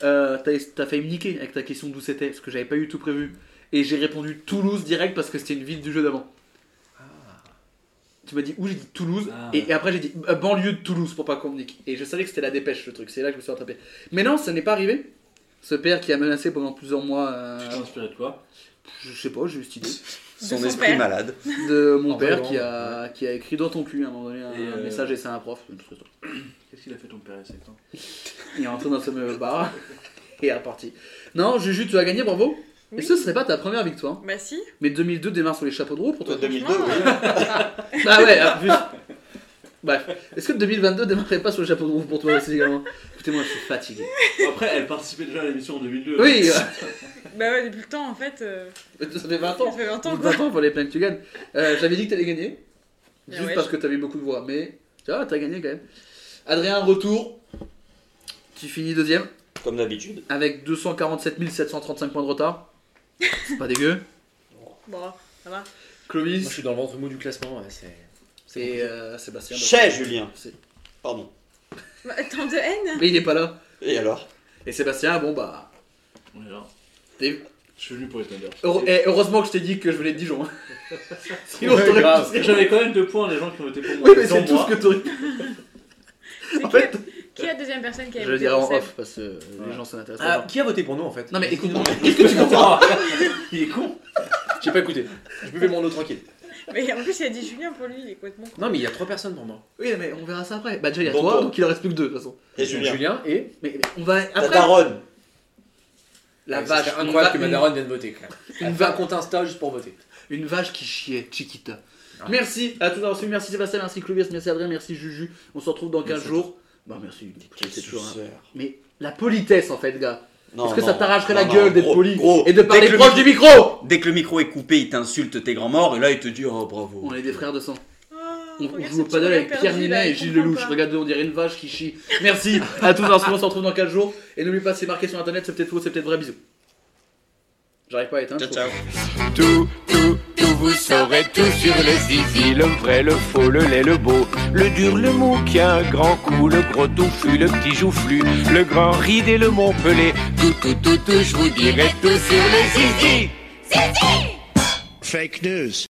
Euh, t'as, t'as failli me niquer avec ta question d'où c'était, parce que j'avais pas eu tout prévu. Et j'ai répondu Toulouse direct parce que c'était une ville du jeu d'avant. Tu m'as dit où j'ai dit Toulouse, Ah. et, et après j'ai dit euh, banlieue de Toulouse pour pas qu'on me nique. Et je savais que c'était la dépêche le truc, c'est là que je me suis rattrapé. Mais non, ça n'est pas arrivé. Ce père qui a menacé pendant plusieurs mois, euh, Tu t'es inspiré de quoi je sais pas, j'ai eu cette idée, Son son esprit père. malade. de mon En père vrai, qui non, a, qui a écrit dans ton cul à un moment donné un Et, euh, message et c'est un prof. une chose. Qu'est-ce qu'il a fait ton père il y a sept ans Il est rentré dans ce même bar et est reparti. Non, Juju, tu as gagné, bravo. Et Oui. ce serait pas ta première victoire. Bah si. Mais 2002 démarre sur les chapeaux de roue pour toi. franchement, euh, Ah ouais, en plus. Bref, est-ce que 2022 démarrait pas sur les chapeaux de roue pour toi aussi également Écoutez-moi, je suis fatigué. Après, elle participait déjà à l'émission en 2002. Oui, Bah ouais, depuis le temps en fait. euh, euh, ça fait 20 Ça ans. fait 20 ans quoi. 20 ans pour les plaines que tu gagnes. Euh, J'avais dit que t'allais gagner. Mais Juste ouais, parce je- que t'avais beaucoup de voix. Mais tu vois, t'as gagné quand même. Adrien, retour. Tu finis deuxième Comme d'habitude. avec 247 735 points de retard. C'est pas dégueu. Bon, ça va. Moi, je Clovis suis dans le ventre mou du classement. ouais, c'est. et euh, Sébastien. Chez Julien. C'est- Pardon. Bah, tant de haine Mais il est pas là. Et alors Et Sébastien, bon bah. On est là. t'es- Je suis venu pour les Thunders. heure- eh, heureusement que je t'ai dit que je venais de Dijon. hein. Sinon, Ouais, t'aurais- grave. Et J'avais quand même deux points les gens qui ont été pour moi. Oui, mais dont c'est tout moi. ce que t'aurais. C'est En fait, qui, qui est la deuxième personne qui a je le voté dirai pour en Seb off parce que euh, les Ouais. gens ça n'intéresse Ah, pas. qui a voté pour nous en fait Non, mais écoute, est-ce que tu comprends Il est con. J'ai pas écouté. Je buvais mon eau tranquille. Mais en plus, il a dit Julien pour lui, il est complètement con. Non, mais il y a trois personnes pour moi. Oui, mais on verra ça après. Bah, déjà, il y a Bon, toi, toi. donc il en reste plus que deux de toute façon. Et Julien. Julien et. Mais, mais on va. Ta Après, daronne. la Ouais, vache. ce serait une incroyable va- que ma une- daronne vienne voter. Quand même. Une Elle fait va- un compte Insta juste pour voter. Une vache qui chiait, Chiquita. Ah. Merci à tous d'avoir suivi, merci Sébastien, merci Clovis, merci Adrien, merci Juju. On se retrouve dans 15 jours. Bah merci, c'est toujours un- Mais la politesse en fait, gars. Non, Est-ce que non, ça t'arracherait non, la non, gueule d'être gros, poli gros, et de dès parler que le proche du micro Dès que le micro est coupé, il t'insulte tes grands morts et là il te dit oh bravo. On est des frères de sang. Ah, On, on regarde joue au ce petit paddle regard avec perdu, Pierre là, Ninet il et Gilles comprend Lelouch. pas. Regardez, on dirait une vache qui chie. Merci à tous d'avoir suivi, on se retrouve dans 15 jours. Et n'oublie pas, c'est marqué sur internet, c'est peut-être faux, c'est peut-être vrai, bisous. J'arrive pas à éteindre. Ciao je ciao. Tout, tout, tout, vous saurez tout sur le zizi, le vrai, le faux, le laid, le beau, le dur, le mou, qui a un grand coup, le gros touffu, le petit joufflu, le grand ride et le montpelé. Tout, tout, tout, tout, je vous dirai tout sur le zizi. Zizi! Fake news.